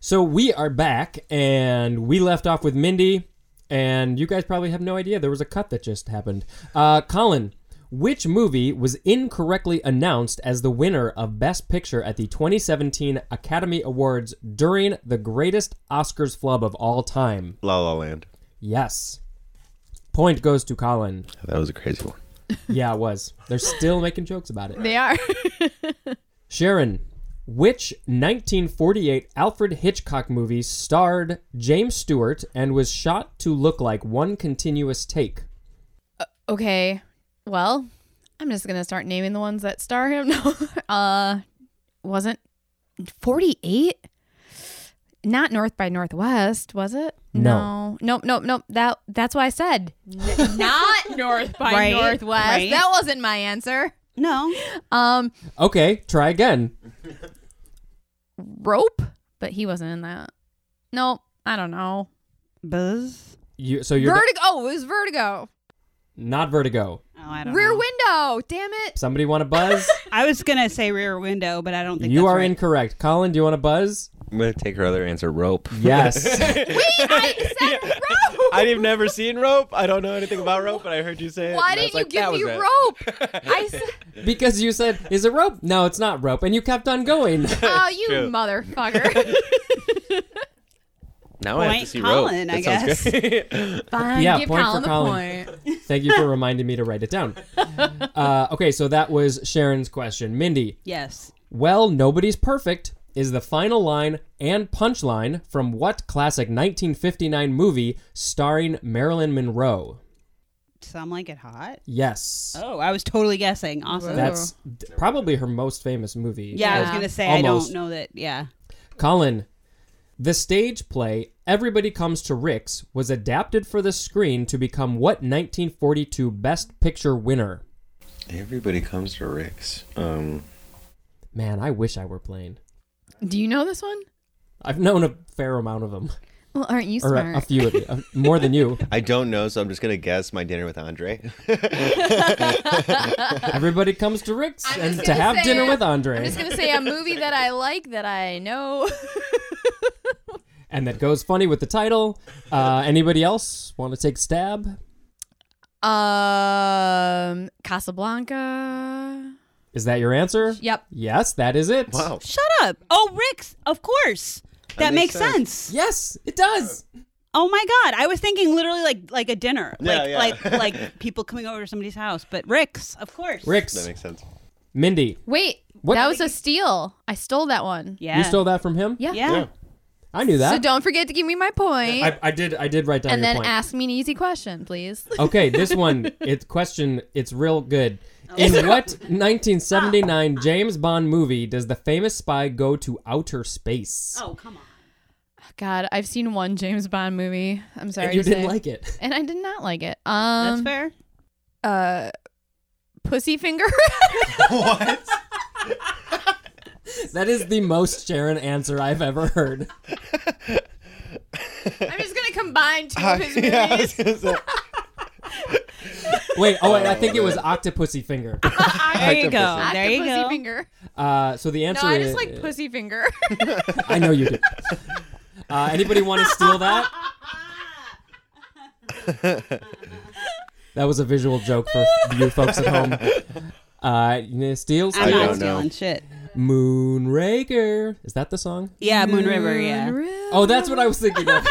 so we are back, and we left off with Mindy. and you guys probably have no idea there was a cut that just happened. Uh, Colin, which movie was incorrectly announced as the winner of Best Picture at the 2017 Academy Awards during the greatest Oscars flub of all time? La La Land. Yes. Point goes to Colin. That was a crazy one. Yeah, it was. They're still making jokes about it. They are. Sharon, which 1948 Alfred Hitchcock movie starred James Stewart and was shot to look like one continuous take? okay. Well, I'm just gonna start naming the ones that star him. No, uh, wasn't 48? Not North by Northwest, was it? No. no, nope, nope, nope. That that's why I said N- not North by Right, Northwest. right. That wasn't my answer. No. Um, Okay, try again. rope, but he wasn't in that. Nope, I don't know. Buzz. You so you're Vertigo. oh, it was Vertigo. not Vertigo. Oh, I don't Rear know. Window. Damn it. Somebody want to buzz? I was gonna say Rear Window, but I don't think you that's are right. incorrect. Colin, do you want to buzz? I'm gonna take her other answer. Rope. Yes. Wait, I said rope. I've never seen rope. I don't know anything about rope, but I heard you say it. Why and I was didn't you like, give "That me was it." rope? I said, because you said, "Is it rope?" No, it's not rope, and you kept on going. oh, you True. motherfucker. Now I have Point to see Colin, rope. I That sounds guess. great. Fine, Yeah, give point for Colin the Colin. point. Thank you for reminding me to write it down. Uh, okay, so that was Sharon's question. Mindy, Yes. Well, nobody's perfect is the final line and punchline from what classic 1959 movie starring Marilyn Monroe? Some like it hot. Yes. Oh, I was totally guessing. Awesome. That's d- probably her most famous movie. yeah, I was Yeah. gonna say Almost. I don't know that. Yeah. Colin, the stage play Everybody Comes to Rick's was adapted for the screen to become what 1942 Best Picture winner? Everybody comes to Rick's. Um, Man, I wish I were playing. Do you know this one? I've known a fair amount of them, Well, aren't you or smart? a, a few of you, uh, more than you. I don't know, so I'm just gonna guess my dinner with Andre. Everybody comes to Rick's I'm and just to gonna have say- dinner with Andre. I'm just gonna say a movie that I like that I know. and that goes funny with the title. Uh, anybody else want to take stab? Um, Casablanca. Is that your answer? Yep. Yes, that is it. wow. Shut up. Oh, Rick's. Of course. That, makes makes sense. Yes, it does. Oh my god. I was thinking literally like like a dinner. Yeah, like yeah. like like people coming over to somebody's house. But Rick's, of course. That Rick's, makes sense. Mindy, Wait, What- that was a steal. I stole that one. Yeah. you stole that from him. Yeah. yeah. Yeah. I knew So that. don't forget to give me my point, I, I did. I did write down and your then point. ask me an easy question, please. Oh, okay, this one. It's question. It's real good. Oh. In what 1979 James Bond movie does the famous spy go to outer space? Oh come on. God, I've seen one James Bond movie. I'm sorry. and you to didn't say. like it. and I did not like it. That's Um, fair. uh, pussy finger. what? That is the most Sharon answer I've ever heard. I'm just gonna combine two Uh, of his movies. Yeah, I was gonna say. Wait, oh, and I think it was Octopussy Finger. There you go. Back to There you pussy go. Finger. Uh, so the No, answer I is just like pussy finger. I know you do. Uh, anybody want to steal that? that was a visual joke for you folks at home. Uh, you gonna steal I'm not don't know. stealing shit. Moonraker. Is that the song? Yeah, Moon River, yeah. Oh, that's what I was thinking of.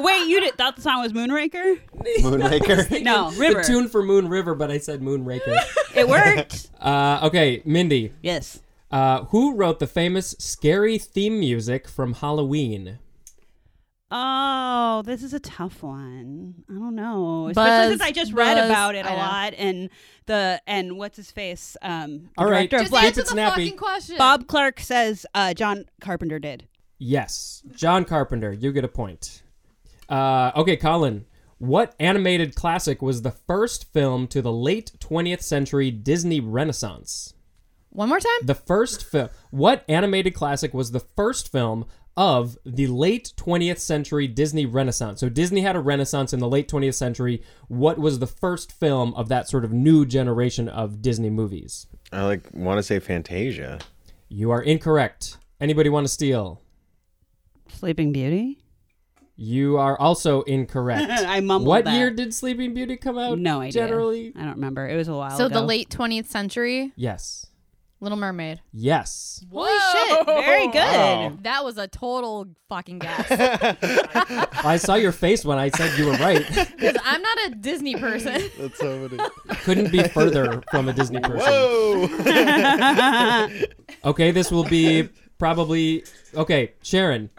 Wait, you did, thought the song was Moonraker? Moonraker. No, River. The tune for Moon River, but I said Moonraker. It worked. Uh, okay, Mindy. yes. Uh, who wrote the famous scary theme music from Halloween? Oh, this is a tough one. I don't know. Buzz, Especially since I just read buzz, about it I a know. lot and the and what's his face? Um the All right, director of Just Black- answer the snappy. fucking question. Bob Clark says uh, John Carpenter did. Yes, John Carpenter. You get a point. Uh, okay, Colin. What animated classic was the first film to the late 20th century Disney Renaissance? One more time. The first film. What animated classic was the first film of the late 20th century Disney Renaissance? So Disney had a Renaissance in the late 20th century. What was the first film of that sort of new generation of Disney movies? I like want to say Fantasia. You are incorrect. Anybody want to steal? Sleeping Beauty? You are also incorrect. I mumbled What that. year did Sleeping Beauty come out? No idea. Oh, Generally, I don't remember. It was a while so ago. the late 20th century, yes, Little Mermaid. yes. Holy shit! Very good. That was a total fucking guess. Because I saw your face when I said you were right. I'm not a Disney person. That's so many. Couldn't be further from a Disney person. Whoa! Okay, this will be probably okay. Sharon,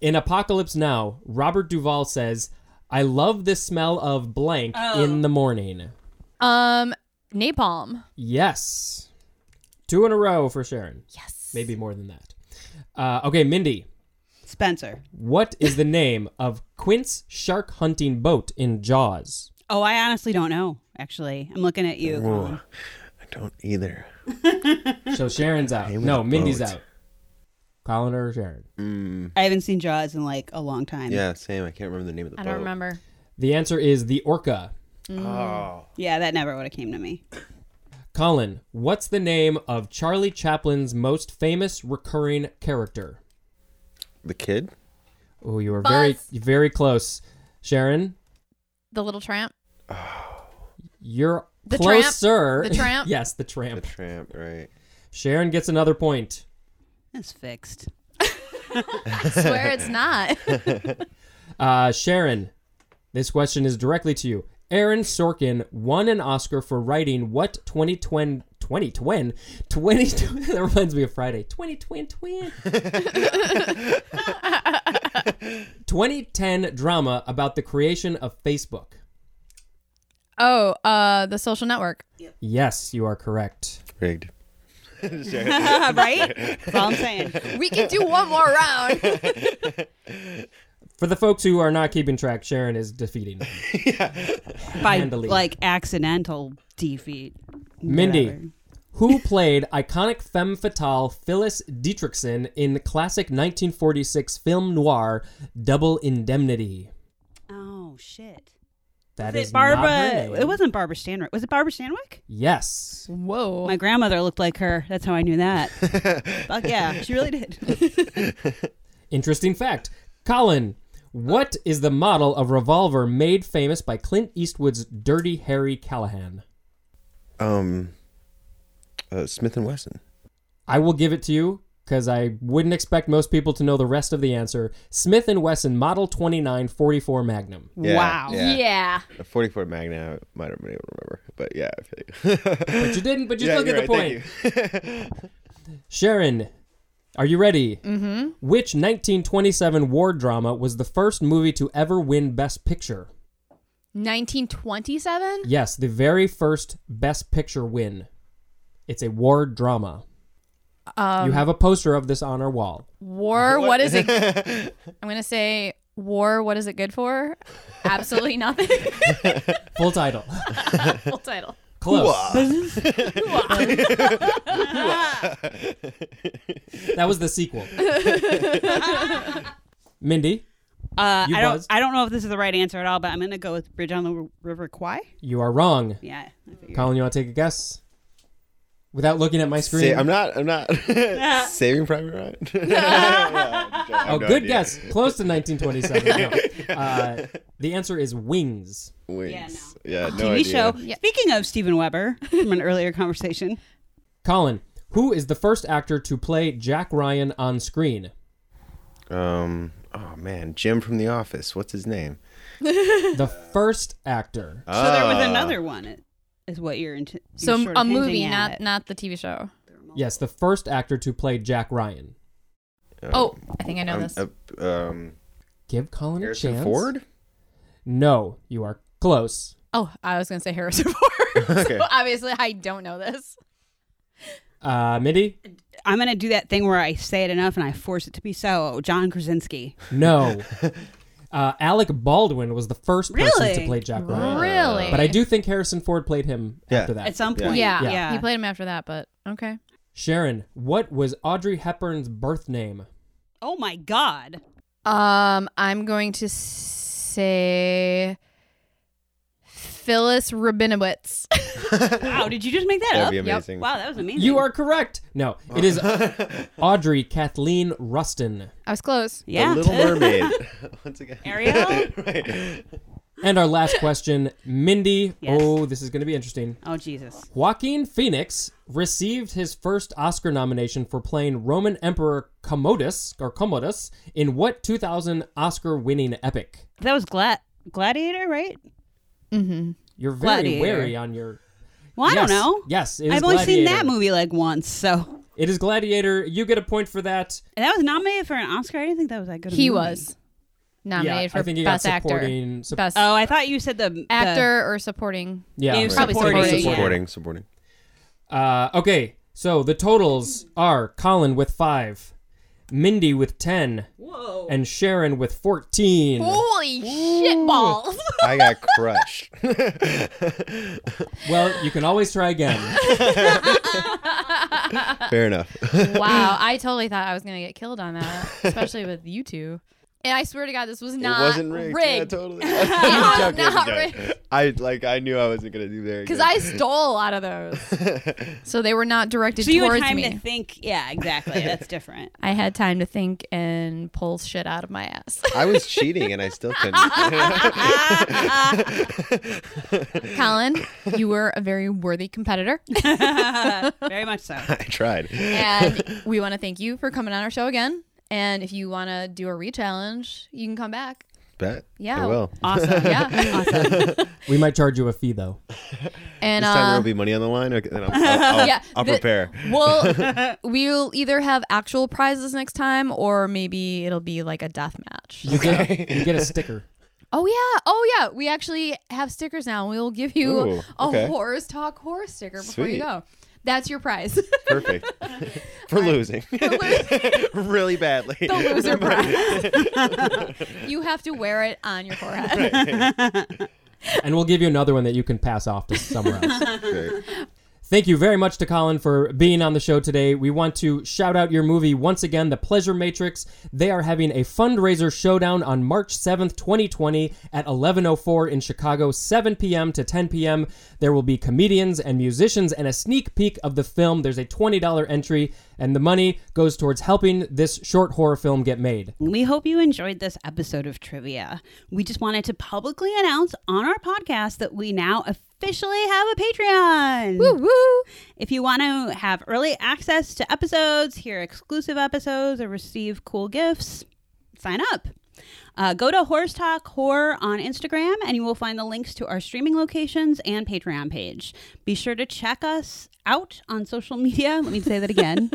in Apocalypse Now, Robert Duvall says, "I love this smell of blank Oh. in the morning." Um, napalm. Yes, two in a row for Sharon. Yes, maybe more than that. Uh, okay, Mindy, Spencer. what is the name of Quint's shark hunting boat in Jaws? Oh, I honestly don't know. Actually, I'm looking at you. Colin. I don't either. So Sharon's out. Name of No, the Mindy's boat. out. Colin or Sharon? Mm, I haven't seen Jaws in like a long time. Yeah, same. I can't remember the name of the I boat. don't remember. The answer is the orca. Mm. Yeah, that never would have came to me. Colin, what's the name of Charlie Chaplin's most famous recurring character? The kid? Oh, you were Buzz. very, very close. Sharon, The Little Tramp. you're The tramp. closer. The tramp. yes, the The tramp. tramp, right? Sharon gets another point. That's fixed. I swear it's not. Uh, Sharon, this question is directly to you. Aaron Sorkin won an Oscar for writing what 2020 2020 20 that reminds me of Friday 2020 twin. 2010 drama about the creation of Facebook. Oh, uh, the Social Network. Yes, you are correct. Rigged. right? That's all I'm saying. We can do one more round. For the folks who are not keeping track, Sharon is defeating. By Handily. like accidental defeat. Mindy. Whatever. who played iconic femme fatale Phyllis Dietrichson in the classic 1946 film noir Double Indemnity? Oh shit. That Was is it not her Barbara? name. It wasn't Barbara Stanwyck. Was it Barbara Stanwyck? Yes. Whoa. My grandmother looked like her. That's how I knew that. Fuck yeah, she really did. Interesting fact. Colin, what is the model of revolver made famous by Clint Eastwood's Dirty Harry Callahan? Um, uh, Smith and Wesson. I will give it to you because I wouldn't expect most people to know the rest of the answer. Smith and Wesson Model 29 44 Magnum. Yeah, wow. yeah. yeah. A 44 Magna, I might have been able to remember. But yeah, I feel you. But you didn't, but you yeah, still get you're the right, point. thank you. Sharon, are you ready? Mm-hmm. Which 1927 war drama was the first movie to ever win Best Picture? 1927. Yes, the very first Best Picture win. It's a war drama. Um, you have a poster of this on our wall. War. what is it? I'm gonna say war. What is it good for? Absolutely nothing. Full title. Full title. Close. that was the sequel. Mindy, Uh, You I don't. buzzed. I don't know if this is the right answer at all, but I'm gonna go with Bridge on the R- River Kwai. you are wrong. Yeah. I figured. Colin, you want to take a guess? Without looking at my screen. Say, I'm not. I'm not saving Private Ryan. oh, good guess. Close to 1927. No. Uh, the answer is Wings. Wings. Yeah, TV no. idea. Oh, show. Yeah. Speaking of Steven Weber from an earlier conversation, Colin, who is the first actor to play Jack Ryan on screen? Um. Oh man, Jim from The Office. What's his name? The first actor. so there Ah. Ah. was another one. It, is what you're into. So you're sort a of movie, hinting at. not not the TV show. Yes, the first actor to play Jack Ryan. Oh, I think I know Um, this. uh, um, Give Colin a Harrison chance. Ford. No, you are close. oh, I was gonna say Harrison Ford. So Okay. obviously, I don't know this. Uh, Mindy? I'm gonna do that thing where I say it enough and I force it to be so. John Krasinski. No. Uh, Alec Baldwin was the first person Really? to play Jack Ryan. Really? Uh, But I do think Harrison Ford played him Yeah. after that. At some point. Yeah. Yeah. He played him after that, but okay. Sharon, what was Audrey Hepburn's birth name? Oh my God. Um, I'm going to say. Phyllis Phyllis Rabinowitz. Wow, did you just make that That'd up? be Yep. amazing. Wow, that was amazing. You are correct. No, it is Audrey Kathleen Rustin. I was close. yeah. The Little Mermaid. Once again. Ariel. Right. And our last question, Mindy. Yes. Oh, this is going to be interesting. Oh Jesus. Joaquin Phoenix received his first Oscar nomination for playing Roman Emperor Commodus or Commodus in what 2000 Oscar-winning epic? That was Glad Gladiator, right? You're very Gladiator. wary on your. Well, I don't yes, know. Yes, it is I've only seen that Gladiator. movie like once, so It is Gladiator. You get a point for that. And that was nominated for an Oscar. I didn't think that was that good. a He movie. was nominated for I think he best got actor. supporting. sup- Best Oh, I thought you said the the- actor or supporting. yeah, He was right. Probably supporting. supporting, yeah. Supporting, supporting. Uh, okay, so the totals are Colin with five, Mindy with ten, Whoa. and Sharon with fourteen. Holy shit balls. I got crushed. Well, you can always try again. Uh, Fair enough. wow, I totally thought I was gonna get killed on that, especially with you two. And I swear to God, this was not it wasn't rigged. Yeah, totally. was I'm joking, I'm not joking. I like. I knew I wasn't gonna do very because good. I stole out of those, so they were not directed So you had towards time me. to think. Yeah, exactly. That's different. I had time to think and pull shit out of my ass. I was cheating and I still couldn't. Colin, you were a very worthy competitor, Very much so. I tried. and we want to thank you for coming on our show again. And if you want to do a re-challenge, you can come back. Bet. Yeah. I will. Awesome. Yeah, awesome. we might charge you a fee though. And This time uh, there will be money on the line. Okay, then I'll, I'll, I'll, Yeah, I'll the- prepare. Well, we'll either have actual prizes next time, or maybe it'll be like a death match. You get you get a sticker. Oh yeah, oh yeah. We actually have stickers now. We will give you Ooh, a okay. horrors talk horror sticker before Sweet. you go. That's your prize. Perfect. For losing. really badly. the loser prize. you have to wear it on your forehead. and we'll give you another one that you can pass off to somewhere else. Great. Thank you very much to Colin for being on the show today. We want to shout out your movie once again, The Pleasure Matrix. They are having a fundraiser showdown on March 7th, 2020 at 1104 in Chicago, 7 p.m. to 10 p.m. There will be comedians and musicians and a sneak peek of the film. There's a $20 entry, and the money goes towards helping this short horror film get made. We hope you enjoyed this episode of trivia. We just wanted to publicly announce on our podcast that we now officially have a Patreon. woo woo. If you want to have early access to episodes, hear exclusive episodes, or receive cool gifts, sign up. Uh, go to Horse Talk Horror on Instagram and you will find the links to our streaming locations and Patreon page. Be sure to check us out on social media. Let me say that again.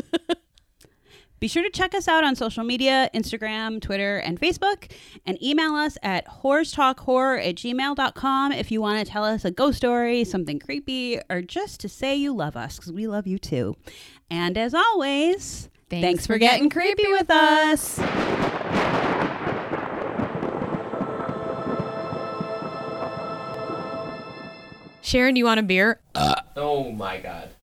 Be sure to check us out on social media Instagram, Twitter, and Facebook, and email us at horror at gmail.com if you want to tell us a ghost story, something creepy, or just to say you love us, because we love you too. And as always, Thanks for getting creepy with us. Sharon, do you want a beer? Oh my God.